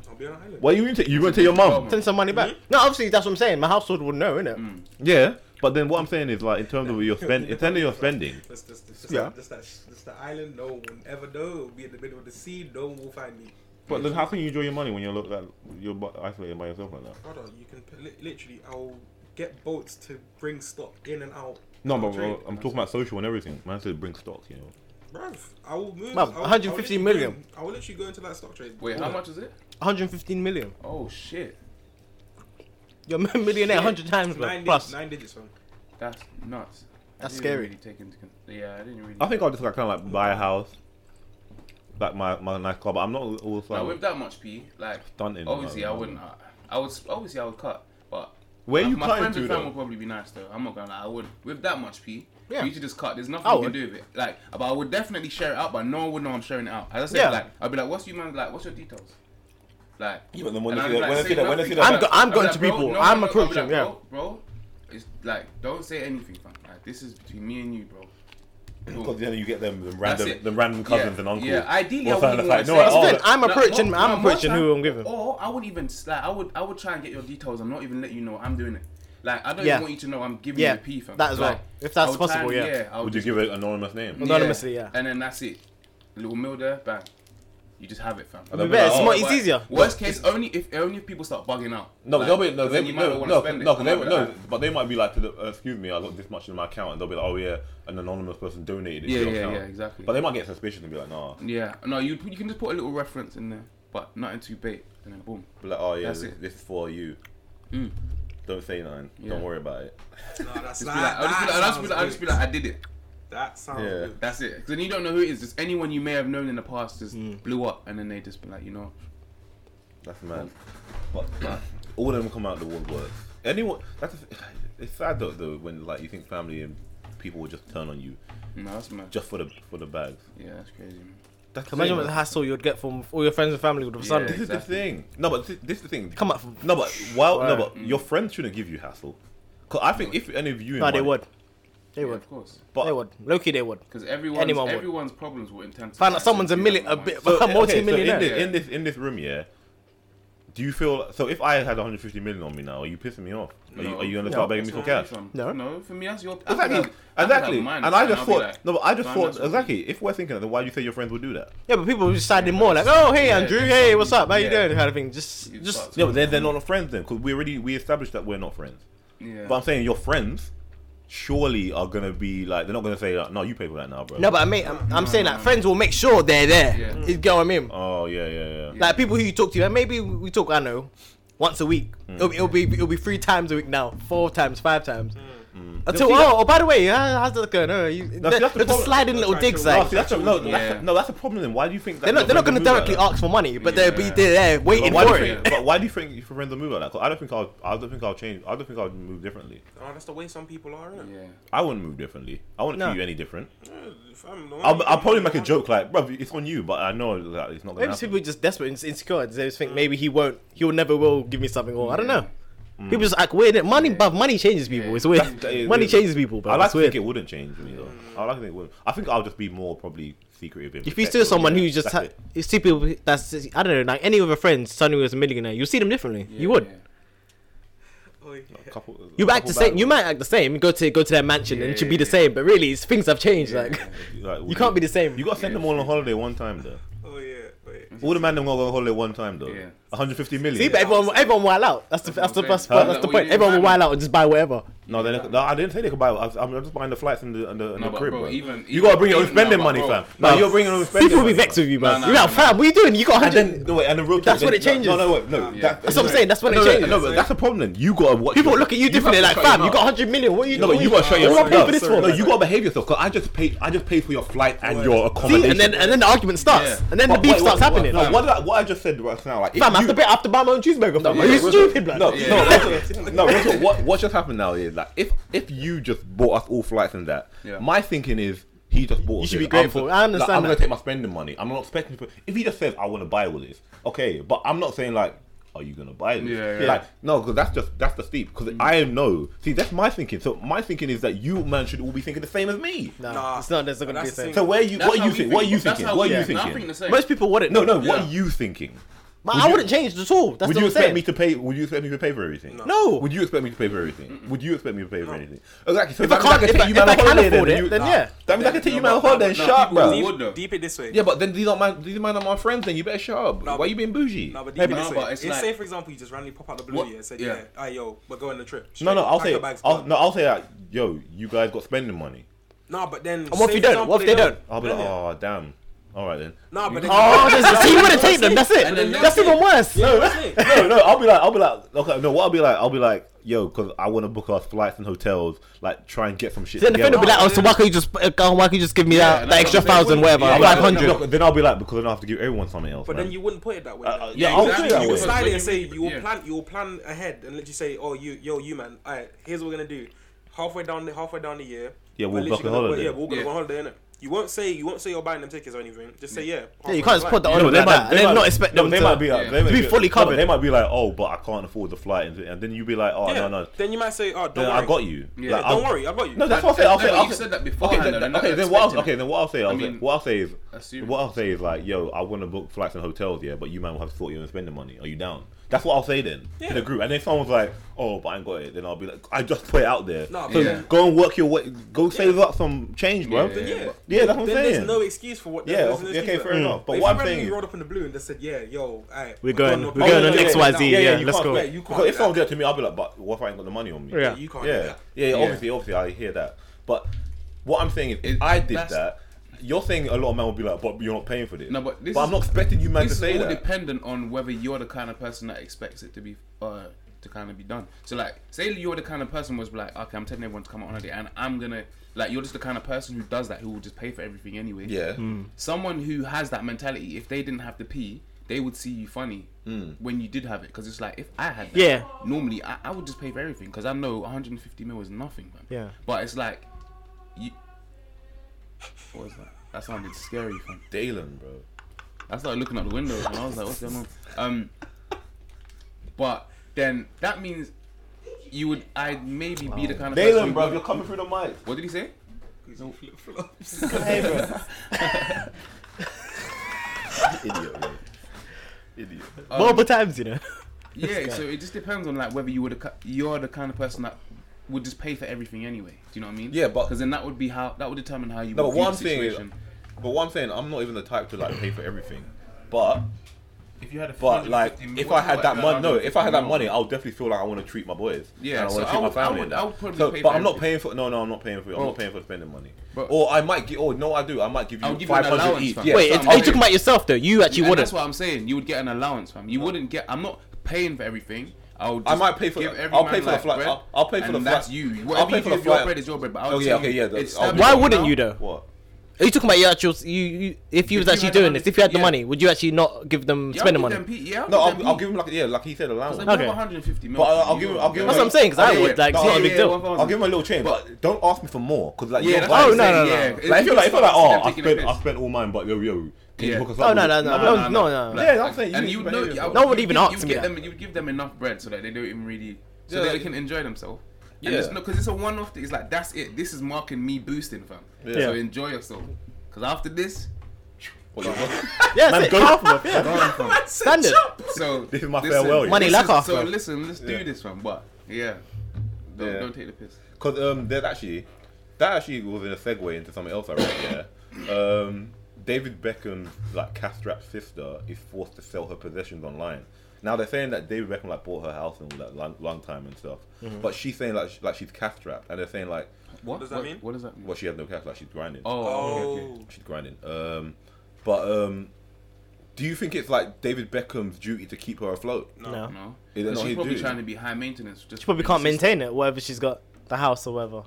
I'll be on an island.
Why you wouldn't? You wouldn't tell your mum.
Send some money back.
Mm-hmm.
No, obviously that's what I'm saying. My household would know, innit?
Mm.
Yeah. But then what I'm saying is like in terms of your spend, in terms of your spending.
That's, that's, that's,
Yeah.
that, that's, that, that's the island. No one ever know. It'll be in the middle of the sea. No one will find me.
But then how can you enjoy your money when you're look like you're bu- isolated by yourself like that?
Brother, you can p- li- literally. I'll get boats to bring stock in and out.
No,
I'll
but um,
trade.
bro, I'm talking about social and everything. Man said bring stock, you know.
Bruv, I will move.
Bruv,
I will-
150
I will literally
million.
go in- I will literally go into that stock trade.
wait, how much is it?
115 million.
Oh shit,
You're a millionaire 100 times, bro.
Nine,
Plus.
dig- nine digits, fam.
that's nuts. I
That's
didn't
scary.
Really take into con- yeah, I didn't really.
I think I'll just like kind of like buy a house, like my my nice car. But I'm not also
Now,
like,
with that much P, like
Stunting,
obviously
man.
I wouldn't. I, I would obviously I would cut, but
Where
my,
you
my
cutting
friends
to,
and family
though?
would probably be nice though. I'm not gonna lie, I would with that much P.
Yeah.
For you to just cut. There's nothing
I
you can
would.
do with it. Like, but I would definitely share it out. But no one would know I'm sharing it out. As I said,
Yeah.
like I'd be like, "What's your man like? What's your details?" Like,
but then when
and
they
I'd
see
be
that- when they see that- when they
say
see
nothing.
that-
I'm go- I'm going
I'd be
to
bro,
people. I'm
I'd be
approaching, yeah.
bro, bro, it's like don't say anything, fam. Like this is between me and you, bro.
because then you get them the
That's
random
it.
the random cousins
Yeah,
and uncles.
Yeah, ideally
Or
I
something
wouldn't
like,
want to
no,
say
like,
It's
oh,
good.
look,
I'm
No,
approaching.
mo-
I'm
no, most
approaching who
time-
I'm giving.
Or I would even like I would I would try and get your details and not even let you know I'm doing it. Like I don't
Yeah.
even want you to know I'm giving
Yeah,
you a P fam.
that as well.
Like,
If that's
I would try
possible,
and-
yeah.
I
would you
just-
give an anonymous name?
No. Anonymously, yeah.
And then that's it. Little meal there, bang. You just have it, fam.
don't
bet it's
Oh,
more,
why-
it's easier.
Worst case, only if only if people start bugging out.
No,
Like,
they'll be no,
then
they,
you might
no,
wanna
no,
spend it.
no,
I
'cause
might
they,
be
no,
like,
but they might be like, to the, uh, excuse me, I got this much in my account, and they'll be like, oh yeah, an anonymous person donated it
Yeah,
to your
yeah,
account.
yeah, exactly.
But they might get suspicious and be like, nah,
Yeah, no, you you can just put a little reference in there, but nothing too bait, and then boom.
be like, oh yeah,
That's
this,
it.
this is for you.
Mm.
Don't say nothing.
Yeah.
Don't worry about it.
Nah, that's
Just be like, I'll just be like, I'll just be like, I'll just be like, I did it.
That sounds
Yeah.
good.
That's it. 'Cause then you don't know who it is. Just anyone you may have known in the past just
Mm.
blew up, and then they just be like, you know,
That's mad. But like, all of them come out of the woodwork. Anyone? That's it's sad though, though when like you think family and people will just turn on you
"Mm, no, that's mad.
just for the for the bags.
Yeah, that's crazy. Man.
That's the
Imagine
thing,
what the
man.
hassle you'd get from all your friends and family with a
Yeah.
son.
This
Exactly.
is the thing. No, but this, this is the thing.
Come up from.
No, but while no,
Right.
but your friends shouldn't give you hassle. Cause I think if any of you, in
No, they
one-
would. They
Yeah,
would.
of course.
But
They would. Loki, they would.
Because everyone's
Anyone would.
everyone's problems will intensify.
Find out someone's a
since
milli-
you don't
a bit-
know.
So,
I'm
eh,
multi-millionaire.
Okay, so in, this, in this in this room, yeah. Do you feel so? If I had 150 million on me now, are you pissing me off? Are, you,
No.
are you gonna
No.
start begging me for
That's
cash?
where I'm
No.
from. no. For me, that's your I could
Exactly,
have- I could have
exactly.
mine,
And I just
I'll be
thought,
like,
no, but I just
fine,
thought
that's cool.
exactly. If we're thinking, of that, why do you say your friends would do that?
Yeah, but people were just siding more like, oh, hey,
Yeah,
Andrew,
just
hey,
some-
what's up? How you
yeah.
doing? Kind of thing. Just,
You
just.
fucked.
Yeah, but they're, they're not friends then, because we already we established that we're not friends.
Yeah.
But I'm saying your friends surely are gonna be like they're not gonna say like, no, you pay for that now, bro.
No, but I mean, I'm, I'm saying
no,
that
no.
friends will make sure they're there.
Yeah.
You get what I mean?
oh yeah, yeah, yeah.
Yeah.
Like people who you talk to, and maybe we talk, I know, once a week.
Mm.
It'll, be- it'll be it'll be three times a week now, four times, five times. Until
No, see,
oh, oh, by the way, how- how's that going? Oh, you,
see,
they're,
that's the
they're just
problem.
sliding little
That's
digs
right,
No,
like.
Oh, see, that's a, no,
Yeah.
that's a, no, that's a problem. Then why do you think that
They're not,
your
they're not going
friends
to
will move
directly
like that?
ask for money, but they'll be
Yeah.
they're there waiting
But why,
for
do you
it.
think, but why do you think your friends will move like that? 'Cause I don't think I'll, I don't think I'll change. I don't think I'll move differently.
Oh, that's the way some people are, innit?
yeah.
I wouldn't move differently. I wouldn't
No.
treat you any different.
Yeah, fam, no
I'll,
one-
I'll probably make a joke like, "Bro, it's on you," but I know that it's not gonna
Maybe
happen.
some people are just desperate and insecure. They just
Mm.
think maybe he won't, he will never will give me something, or I don't know. People just act weird. innit? Money, but money changes people. It's weird.
That's- Mm. that is
money
weird.
changes people, but
I like
it's
to
weird.
think it wouldn't change me though. I like to think it wouldn't. I think I'll just be more probably secretive. and
If you see
protective,
someone
yeah,
who's just
that's
ha-
it.
you see people that's I don't know like any of your friends suddenly was a millionaire, you'll see them differently.
yeah,
you would.
yeah.
Oh, yeah.
A couple, a
You act
couple
the same.
bad
You might act the same. Go to go to their mansion and it should be the same. But really, it's, things have changed. Like
ones. Like,
you
would
can't be the same.
You gotta send them all on holiday one time though.
Oh yeah. Oh, yeah.
All the man them gonna go on holiday one time though.
Yeah.
150 million.
See, but everyone, everyone will wild out. That's the that's the, that's, the-
Huh?
that's the
Like,
point.
we-
Everyone will wild out and just buy whatever.
No, they no, I didn't say they could buy. it. I was, I'm just buying the flights and the and the, and
No,
the
but
crib.
bro,
bro.
even-
you gotta bring your own
even- no,
spending
but
money,
bro.
fam. No,
Bruv,
you're bringing your own spending.
People will be
money,
vexed
fam.
with you, man.
no,
You're like,
no,
fam, what are you doing? You got
And
100.
then no wait, and the real
That's
talk,
what it
no,
changes.
No, no, wait, no.
Yeah.
that-
That's what I'm saying, that's what it
no, no,
changes.
No, but that's the problem. You gotta watch.
People
your-
look at you differently.
to
Like,
shut
fam,
your
you got 100 million. What are you
No,
doing?
but you gotta show
What am I
yourself.
paying
No,
for this
sir,
for?
no, you gotta behave yourself. Cause I just paid. I just paid for your flight and your
See,
accommodation.
and then and then the argument starts, and then the
But
beef
wait,
starts
wait,
happening.
No, what, did I, what I just said right now, like, if
Fam, I
you-
have to pay, I have to buy my own cheeseburger. No,
yeah,
you
Russell-
stupid, blood.
No, no, no, no. Russell, what what just happened now is like if if you just bought us all flights and that,
Yeah.
my thinking is he just bought.
You
us
should
this.
be
I'm
grateful.
so-
I understand
Like, I'm gonna
that.
take my spending money. I'm not expecting. For, if he just says I want to buy all this, okay, but I'm not saying like. Are you gonna buy this?
Yeah, yeah.
Like no, because that's just that's the steep. Because I know. See, that's my thinking. So my thinking is that you man should all be thinking the same as me.
Nah,
Nah,
it's not. There's not gonna
but
be a
that's the
thing.
So where you
That's
what
how
you
we
think? What are you
That's
thinking?
how
What
we-
are you
yeah, no, I think
thinking?
the same.
Most people want it.
No, no. What
Yeah.
are you thinking?
Man,
Would
I
you-
wouldn't change it at all. That's
would
what
you
I'm
expect
saying.
me to pay? Would you expect me to pay for everything?
No.
Would you expect me to pay for everything? Would you expect me to pay for anything? Exactly. So
If I
that means
can't-
can
if I-
take you
if
man
I
on
can
holiday
afford it, then
you- Ah.
yeah.
That means I can take
No,
you man
but-
on holiday and
no,
shut up,
people
bro.
would-
Deep, deep it this way.
Yeah, but then these aren't my these men are my friends. Then you better shut up. Why are you being bougie?
No, but
Hey,
deep it
man,
this
but
way.
it's
If
like-
say for example you just randomly pop out the blue
What-
yeah, and said,
yeah.
yeah, aye yo, we're going on a trip.
no, no. I'll
Pack
say
your bags,
I'll,
gone.
no. I'll say that. Yo, you guys got spending money.
No, but then.
And what if you don't? What if they don't?
I'll be like, oh damn. All right then.
No, but then.
Oh, there's- see, you wouldn't take them. That's it.
And then
That's
that's
even worse.
Yeah, that's it.
no, no, I'll be like, I'll be like, okay, no, what I'll be like, I'll be like, yo, because I want to book us flights and hotels, like, try and get some shit.
Then the friend
together.
will be like, oh, so why can't you just uh, why can't you just give me that,
Yeah,
that
that's
extra
what I'm saying.
thousand, whatever,
Yeah,
I'll be like,
five hundred?
no, Then I'll be like, because then I have to give everyone something else.
But
man.
then you wouldn't put it that way.
Uh, uh,
then.
yeah, I'll say that
You
way.
would style it and
Because
say
when you-
you will
yeah.
plan. You will plan ahead and literally say, "Oh, you, yo, you man. All right, here's what we're gonna do. Halfway down, the, halfway down the year.
Yeah, we'll
we're literally
book a
gonna-
holiday.
Yeah, we're all gonna go on
Yeah.
holiday, innit? You won't say you won't say you're buying them tickets or anything. Just say yeah.
Yeah, you
halfway
can't just put
down
that
You know,
on them
they
like
might-
that, and
they
then
might-
not expect
no,
them
They
to-
might be like,
Yeah.
they might
To be fully
no, but They
covered.
might be like, oh, but I can't afford the flight, and, and then you be like, oh
Yeah.
no, no,
Then you might say, "Oh, don't
then
worry.
I got you.
Yeah.
Like,
Don't
I'll-
worry, I got you.
No, that's
But-
what I'll say. I'll
no,
say.
but
I'll
you've
say-
said that
Okay,
beforehand, though.
then,
They're not
okay, then what I'll,
expecting
okay,
it.
then what I'll say, I'll
I
say
mean,
what I'll say is,
assume.
what I'll say is like, yo, I want to book flights and hotels, yeah, but you man will have to sort your own spending money. Are you down? That's what I'll say then to the
Yeah.
group. And if someone's like, oh, but I ain't got it, then I'll be like, I just put it out there.
No,
so
but
then-
go and work your way. Go save up some change, bro.
Then
yeah.
yeah, that's what I'm
Then
saying.
there's no excuse for what.
Yeah,
there's
okay,
no
okay,
excuse for
fair
that.
enough. But
if
what I'm
you randomly
saying-
rolled up in the blue and they said, "Yeah, yo, alright,
We're going-
on-
we're going
Oh,
no,
on
no,
next
no,
XYZ,
no,
yeah,
you
let's
can't
go.
do that.
Yeah, you can't
Because
do
if
that.
someone did it to me, I'll be like, but what if I ain't got the money on me?
Yeah.
You can't. do
Yeah,
that.
yeah,
Yeah.
obviously, obviously, I hear that. But what I'm saying is, if
It-
I did
that's-
that, you're saying a lot of men will be like, but you're not paying for this.
No, but this
but
is-
I'm not expecting you, man, to
this
say
is all
that.
dependent on whether you're the kind of person that expects it to be uh, to kind of be done. So like, say you're the kind of person was like, okay, I'm telling everyone to come out on holiday, and I'm gonna like, you're just the kind of person who does that, who will just pay for everything anyway.
Yeah.
Hmm.
Someone who has that mentality, if they didn't have to pee, they would see you funny
Hmm.
when you did have it, because it's like if I had that,
Yeah.
normally I, I would just pay for everything because I know 150 mil is nothing, man.
Yeah.
But it's like, you. What was that? That sounded scary, fam.
Dalen, bro.
I started looking out the window and I was like, what's going on? Um, but then that means you would, I'd maybe be the kind of person.
Dalen,
who
bro,
would-
you're coming through the mic.
What did he say?
No flip-flops.
Hey, bro. Idiot, bro. Idiot.
Multiple times, you know.
Yeah, so it just depends on like whether you were the, ki- you're the kind of person that would just pay for everything anyway. Do you know what I mean?
Yeah, but-
because then that would be how that would determine how you.
No,
would
but
view
what I'm
the
saying is,
situation.
but what I'm saying, I'm not even the type to like pay for everything. But
if you had a
But like, if I had that money, no, if I had that money,
I
I'll definitely feel like I want to treat my boys.
Yeah,
and I
so
want to
I
treat my
would- I
family.
would-
and that.
I would probably
so,
pay
but
for
I'm not
everything.
paying for. No, no, I'm not paying for. it. I'm not paying for spending money.
Bro.
Or I might get. Oh no, I do. I might give
I'll
you
give you an
five hundred
allowance,
each.
fam.
Yeah,
Wait,
so
it's-
I'm
are you
saying-
talking about yourself though? You actually
And
wouldn't.
that's what I'm saying. You would get an allowance, fam. You wouldn't get. I'm not paying for everything. I'll just
I might pay for
give
the-
every
I'll
man,
pay for the
like,
flight.
bread,
I'll- I'll pay for
and
the
That's
flight.
you.
I'll
Whatever
pay
you
for
do,
the
if your
flight.
bread is your bread. But I'll
Oh, yeah,
tell
okay,
you,
yeah,
it's
I'll do
stabbing
Why
that.
you
wouldn't
now.
you though?
What?
Are you talking about your actual? You, you if you was
you
actually
had
doing
the
this, if you had the
money,
money, would you actually not give them spending
yeah,
money?
I'll give them P- yeah,
No,
give
I'll,
them
I'll
P.
give him like yeah, like he said, allowance.
They
But
want
Okay.
150 mil.
I'll, I'll give him. I'll give him.
That's what I'm
like-
saying, 'cause I
yeah,
would,
yeah,
like,
no,
it's not a
I'll-
big
yeah,
deal.
I'll- I'll give him a little change, but don't ask me for more because like
Yeah,
you're
that's what
vibing.
I'm
Oh, no,
saying,
no, no.
yeah.
Like,
It's-
Like, I feel
it's
like, I feel
fun.
like, oh,
It's
I
them taking
spent,
the
I
piss.
spent all mine, but yo, yo, can you
Yeah.
hook us
Oh,
up?
no,
with-
no, no, no, no, no.
Yeah, that's what I'm saying.
And
You
you
need
know,
to-
yeah,
No one
you
even
give-
asked
you
me
give
that.
Them, you give them enough bread so that they don't even really, so
Yeah,
that they
like-
can enjoy themselves.
Yeah.
Yeah. Because it's a one-off thing. It's like that's it. This is marking me boosting, fam.
Yeah.
So enjoy yourself. Because after this,
What, you want?
Yeah,
Man,
that's it.
go-
half of them, yeah.
gone, fam.
standard.
So
This is my farewell, yeah.
Money
listen,
lack off,
So
fam.
listen, let's do this, fam. But Yeah. Don't,
Yeah.
don't take the piss.
Because um, there's actually that actually was in a segue into something else I read. Yeah, um, David Beckham's like castrapped sister is forced to sell her possessions online. Now they're saying that David Beckham like bought her house and all that long, long time and stuff, but she's saying like sh- like she's castrapped, and they're saying like
What
does that
what,
mean?
What does that mean?
well she has no cash, like she's grinding,
Oh, okay, okay.
Oh,
she's grinding. Um, but um, do you think it's like David Beckham's duty to keep her afloat?
no.
No.
No.
Is that
But
not
she's
his
probably
duty?
trying to be high maintenance. Just
She probably can't maintain it, whatever she's got, the house or whatever.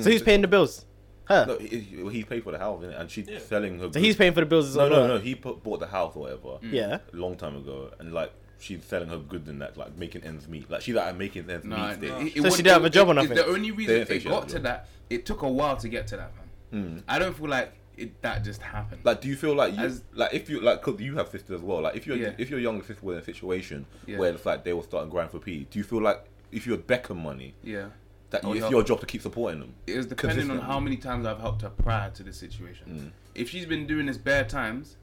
So who's paying the bills? Her.
No, he, he he paid for the house, innit? and she's
Yeah.
selling her.
so he's Mm. paying for the bills as
No,
well.
no,
right?
no. He put, bought the house or whatever.
Yeah.
a long time ago, and like she's selling her goods and that, like making ends meet. Like she's like making ends
No,
meet.
it,
stage.
it,
So
would-
she didn't have a
it-
job or
it-
nothing?
The only reason
didn't think
it
she had a
got to
job. Hmm.
that, it took a while to get to that, man. I don't feel like it, that just happened.
Like, do you feel like you
As-
like if you like because you have sisters as well? Like, if your
Yeah.
if your younger sister was in a situation
Yeah.
where it's like they were starting grind for P, do you feel like if you had Beckham money
yeah,
that
Oh,
you, it's
yeah.
your job to keep supporting them?
it was depending on
Consistently.
how many times I've helped her prior to this
Hmm.
situation. If she's been doing this bare times,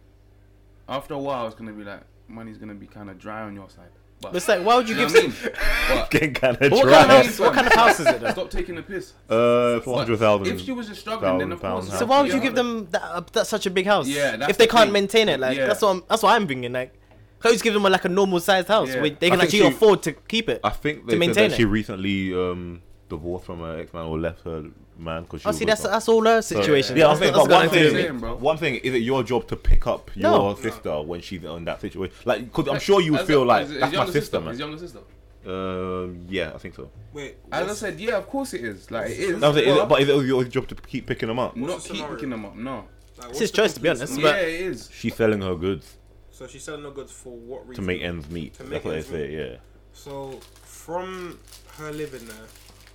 after a while, it's gonna be like money's gonna be kind of dry on your side. But
It's like, why would you
know
give.
what I mean? But-
Getting kind of
What kind of
Right.
house? What kind of house is it? Though?
Stop taking the piss.
Uh, four
But
hundred thousand.
If she was just struggling, then of
thousand
course.
pounds
So why would
Yeah.
you give them that, uh, that's such a big house?
Yeah, that's
if they
the
can't
thing.
maintain it, like
Yeah.
that's what I'm, that's what I'm thinking. Like, can you just give them a, like a normal sized house
Yeah.
where they
I
can
think
actually
she-
afford to keep it?
I think
To
they said
maintain
that
it.
she recently um divorced from her ex man or left her man because she.
Oh,
was
see,
with
that's
some-
that's all her situation.
Yeah, I'm
That's
saying,
not-
but one
that's not-
thing,
saying, bro.
one thing is it your job to pick up your
No.
sister when she's in that situation? Like, because I'm sure you would feel like that's my sister,
His
man.
younger sister.
Um, yeah, I think so.
Wait.
As I
what's-
said, yeah, of course it is. Like it is.
That was it, is
Well,
it, but is it your job to keep picking them up?
not
What's the
keep
scenario?
picking them up. No.
like,
It's
what's
his
the
choice, to be
conclusion?
honest,
yeah,
but-
it is.
She's selling her goods
So she's selling her goods for what
to
reason?
make ends meet.
To make
That's what they
ends
say. Yeah.
So from her living there,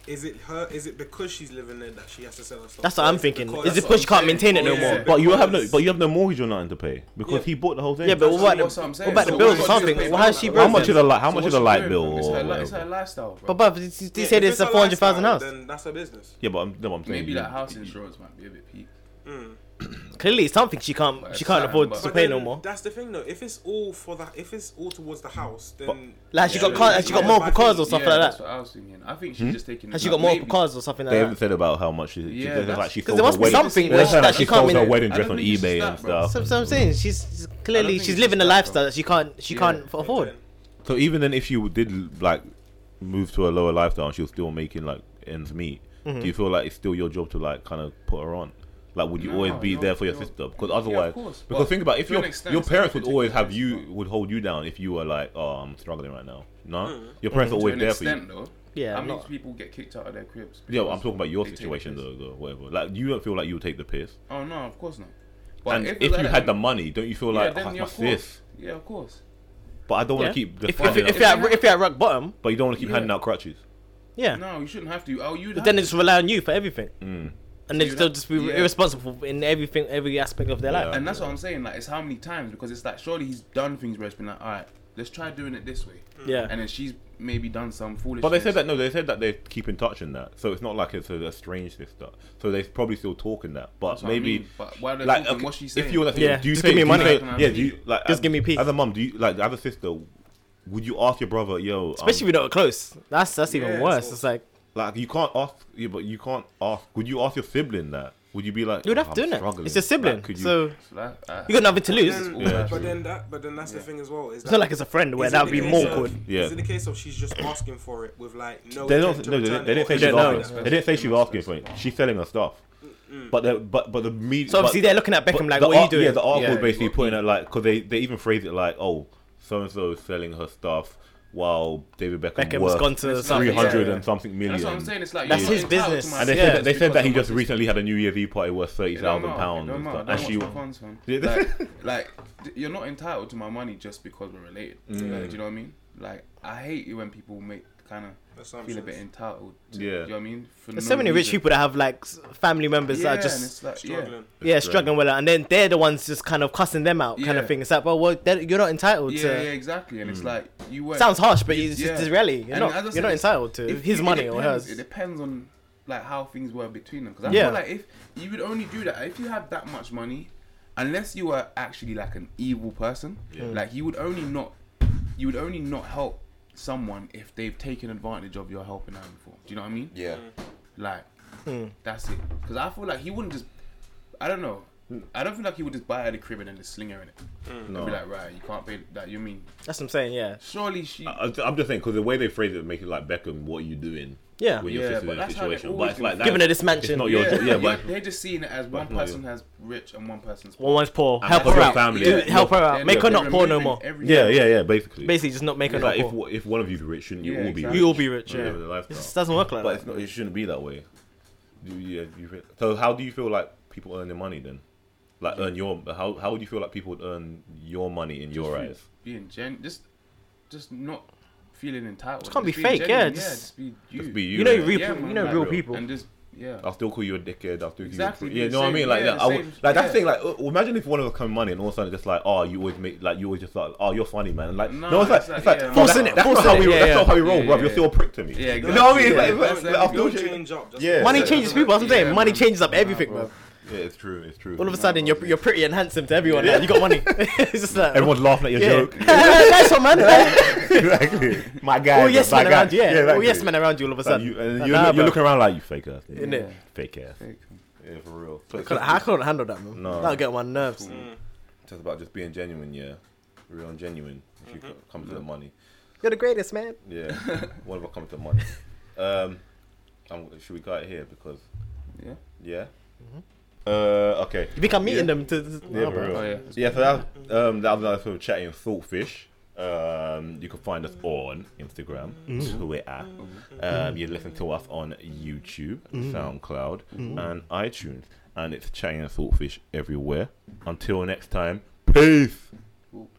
is it her? Is it because she's living there that she has to sell her stuff?
That's what
Or
I'm
is it
thinking.
because-
Is it
that's
because
what
you can't
I'm
maintain it
saying.
no
Or
more?
is it
But you have no,
because-
but you have no mortgage or nothing to pay because
Yeah.
he bought the whole thing.
Yeah, but what,
That's what I'm
what
saying.
about the
So
bills or
what's-
something?
what's-
Well, how's she
how
how
broke
much
then?
is the light? How much
So what's
is the
she
light
doing,
bill?
bro? It's
Or
her, li- it's her
whatever?
lifestyle, bro.
But bruv, this- this- they
Yeah,
said
if
it's a
her
four hundred thousand
lifestyle,
house.
Then that's her business.
Yeah, but I'm, no, I'm saying
Maybe
you-
that house insurance might be a bit peak.
Clearly, it's something she can't she
it's
can't
fine,
afford
but-
to
But
pay
then
no more.
That's the thing, though. If it's all for that, if it's all towards the house, then
Like she
Yeah,
got
but-
car, has she got
yeah,
multiple
but I
cars or
think-
something
yeah,
like
That's
that.
what I was thinking. I think she's
Hmm?
just taking.
Has
it-
she
like,
got multiple
maybe-
cars or something
They
like
haven't
that?
said about how much. She, she-
Yeah,
they said,
that's-
like she
'cause
sold
there must
her
be
wedding-
something
they said,
that
like,
she
she
can't
sold her
manage.
wedding
I
dress on
don't think it's
eBay
that,
and
bro.
stuff.
So, so I'm saying she's, she's clearly
think
she's
it's
living a
that, bro.
lifestyle that she can't she
Yeah.
can't afford.
So even then, if you did like move to a lower lifestyle, and she was still making like ends meet.
Mm-hmm.
Do you feel like it's still your job to like kind of put her on? Like, would you
No,
always be
you're-
there for your
you're-
sister? Because
yeah, of
otherwise,
course,
because
but
think about it, if
to
your
an extent,
your
it's
parents
not
would always have
ridiculous,
you would hold you down if you were like, oh, I'm struggling right now. No, your parents are
Mm-hmm. To
always
an
there for you.
extent, though.
Yeah,
How
I'm
many
not-
people get kicked out of their cribs?
Yeah, well, I'm talking about your
they take
situation
the piss?
though, though, whatever. Like, you don't feel like you would take the piss.
Oh no, of course not.
and if,
it's like
you
that,
had the
then-
money, don't you feel
yeah,
like
then
oh,
yeah,
my
of course.
sis?
Yeah, of course.
But I don't
Yeah.
want to keep
If,
defining
if,
it.
if, you're at, if you're at rock bottom,
but you don't want to keep
Yeah.
handing out crutches.
yeah,
No, you shouldn't have to. Oh, you.
but then they just rely on you for everything,
Hmm.
and they
you'd
still
have-
just be
yeah.
irresponsible in everything, every aspect of their
Yeah.
life.
And that's what I'm saying. Like, it's how many times because it's like surely he's done things where it's been like, all right, let's try doing it this way.
Yeah.
um,
And then she's maybe done some foolish.
Mm. But they said that no, they said that they keep in touch in that, so it's not like it's a, a strange sister. So they probably still talking that, but
That's what I
maybe
mean, but why are they
like
talking?
okay,
What's she
if
saying?
you were that
Yeah,
do you
just
say,
give me
do you
money.
say-
Can I have
yeah,
peace?
do you like
Just
as,
give me peace.
as a mum? Do you like as a sister? Would you ask your brother, yo? um,
Especially if you're not close. That's that's even
Yeah,
worse.
so-
It's like
like you can't ask, yeah, but you can't ask. Would you ask your sibling that? Would you be like,
you'd
"Oh,
have to
I'm
do it.
struggling."
It's a sibling,
Like, could you-
so
Like, uh,
you got nothing to lose.
Then,
Yeah, true.
but then that, but then that's the thing as well. Is
It's
that
not like it's a friend where
Is
that
it
would
the
be
case
more
of-
awkward.
Yeah.
Is it the case of she's just asking for it with like no?
They
intent
don't.
to
No, they
return
didn't. They
or
didn't say
They
she's
don't
asking.
know.
They didn't say she was asking for it. She's selling her stuff. But the but but the media.
So obviously
but
they're looking at Beckham
but
like,
the
"What are you
art-
doing?"
Yeah, the article
Yeah,
basically
what-
putting it like because they they even phrased it like, oh, so and so is selling her stuff while David Beckham,
Beckham's
worth
gone to
It's not-
three
something.
yeah.
hundred and something million.
That's what I'm saying. It's like
That's
you're not
his
entitled to
business.
my
And they
Yeah.
said that,
sister's
they said
because
that he
of my
just
sister's
recently had a New Year's Eve party worth thirty thousand pounds and stuff. And she, Yeah,
she,
this-
like, like, d- you're not entitled to my money just because we're related.
Mm.
Like, do you know what I mean? Like, I hate it when people make kind of feel a bit
Assumptions.
entitled. To,
Yeah.
do you know what I mean? For
There's
no
so many
Mm.
rich
reason.
people that have like s- family members
Yeah,
that are
and it's
just
like, yeah.
Struggling.
yeah struggling with it, and then they're the ones just kind of cussing them out, kind
Yeah.
of thing. It's like, well, well they're- you're not entitled
Yeah,
to.
yeah, exactly. And it's like you work.
Sounds harsh, but it's
Yeah.
just the reality. You're
And
not
as I
you're
said,
not
it's-
entitled to
if-
his
it
money or
depends- It
hers.
depends on like how things were between them. Because I
Yeah.
feel like if you would only do that if you had that much money, unless you were actually like an evil person, like you would only not, you would only not help someone if they've taken advantage of your helping hand before. Do you know what I mean?
Yeah.
Like,
Hmm.
that's it. Because I feel like he wouldn't just. I don't know. I don't feel like he would just buy her the crib and then just sling her in it.
No.
Be like, right, you can't pay that. You mean?
That's what I'm saying. Yeah.
Surely she.
I- I'm just saying because the way they phrase it make it like Beckham, what are you doing?
Yeah.
when your
Yeah,
sister's
but
in a
that's how they
situation, but
always
it's like
do.
that.
Giving her this
It's
mansion.
not your
yeah,
yeah, Oh, yeah but
they're just seeing it as one
not your-
person has rich and one person's
One one's poor.
And
Help
that's
her
your
out.
family.
Do-
Yeah.
Help her out.
They're-
Make her
they're
not poor no
removing
more.
everything.
yeah, yeah, yeah, basically.
Basically, just not make her
It's
not
like if
poor.
if one of you's rich, shouldn't you
Yeah,
all be?
exactly.
rich?
We all be rich.
Yeah,
Yeah.
the
It
lifestyle.
just doesn't work like
But
that.
it's not. It shouldn't be that way. Do you, yeah, you feel- so how do you feel like people earn their money then? Like earn your how how would you feel like people would earn your money in your eyes?
being gen, just, just not feeling entitled. Just
can't be
being
fake, yeah,
genuine,
just-
just be you.
Just be you.
You know,
innit?
you real,
Yeah,
people,
man,
you know,
like
real
real.
people.
And just yeah.
I'll still call you a dickhead. I'll still call
Exactly,
you.
be
Yeah,
the
know what I
same-
mean? Like
yeah,
that.
the
I would,
same-
like that's
yeah.
the thing. Like uh, imagine if one of us come money and all of a sudden just like, oh, you always make like you always just like, oh, you're funny, man. Like no,
No,
it's like
it's
it's like,
like, yeah,
no,
Forcing
that's-
it,
That's not
forcing
how
it,
we.
yeah,
That's
yeah.
not how we roll,
Yeah,
bruv.
yeah,
You're still a prick to me.
Yeah,
You know what I mean?
exactly.
Like,
Yeah,
like,
That's
like,
every-
I'll still
don't
shit-
change up. Just
Yeah.
Money
Yeah.
changes people. That's what I'm saying.
Yeah,
Money
man.
changes up
Nah,
everything,
bro.
bro.
Yeah, it's true. It's true.
All of a sudden, you're you're pretty and handsome to everyone. now. You got money. It's just like
Everyone's laughing at your
yeah.
joke.
nice one, man.
exactly. My guy.
All yes
my
men
guy.
around you. Yeah. All
exactly.
yes men around you. All of a
Like,
sudden,
you, and
Like,
you're,
nah,
look-
bro.
you're looking around like you fake ass. nigga.
Innit?
Fake ass. Yeah, for real. So it's
Couldn't- I couldn't handle that, man.
No.
That'll get on my nerves.
Mm.
"Hmm."
just about just being genuine, yeah. Real and genuine. If
Mm-hmm.
you co- come to the money,
You're the greatest, man.
yeah. What about coming to the money? Um, I'm, should we cut it here because
Yeah.
yeah. Uh, okay.
Mm-hmm. You think I'm meeting
Yeah.
them to? to
Yeah,
nah,
for
bro.
real.
Oh, yeah.
yeah, so that um, that was another sort of chatting with Thoughtfish. Um, you can find us on Instagram, Twitter. Um, you listen to us on YouTube, SoundCloud, and iTunes. And it's chatting with Thoughtfish everywhere. Until next time, peace.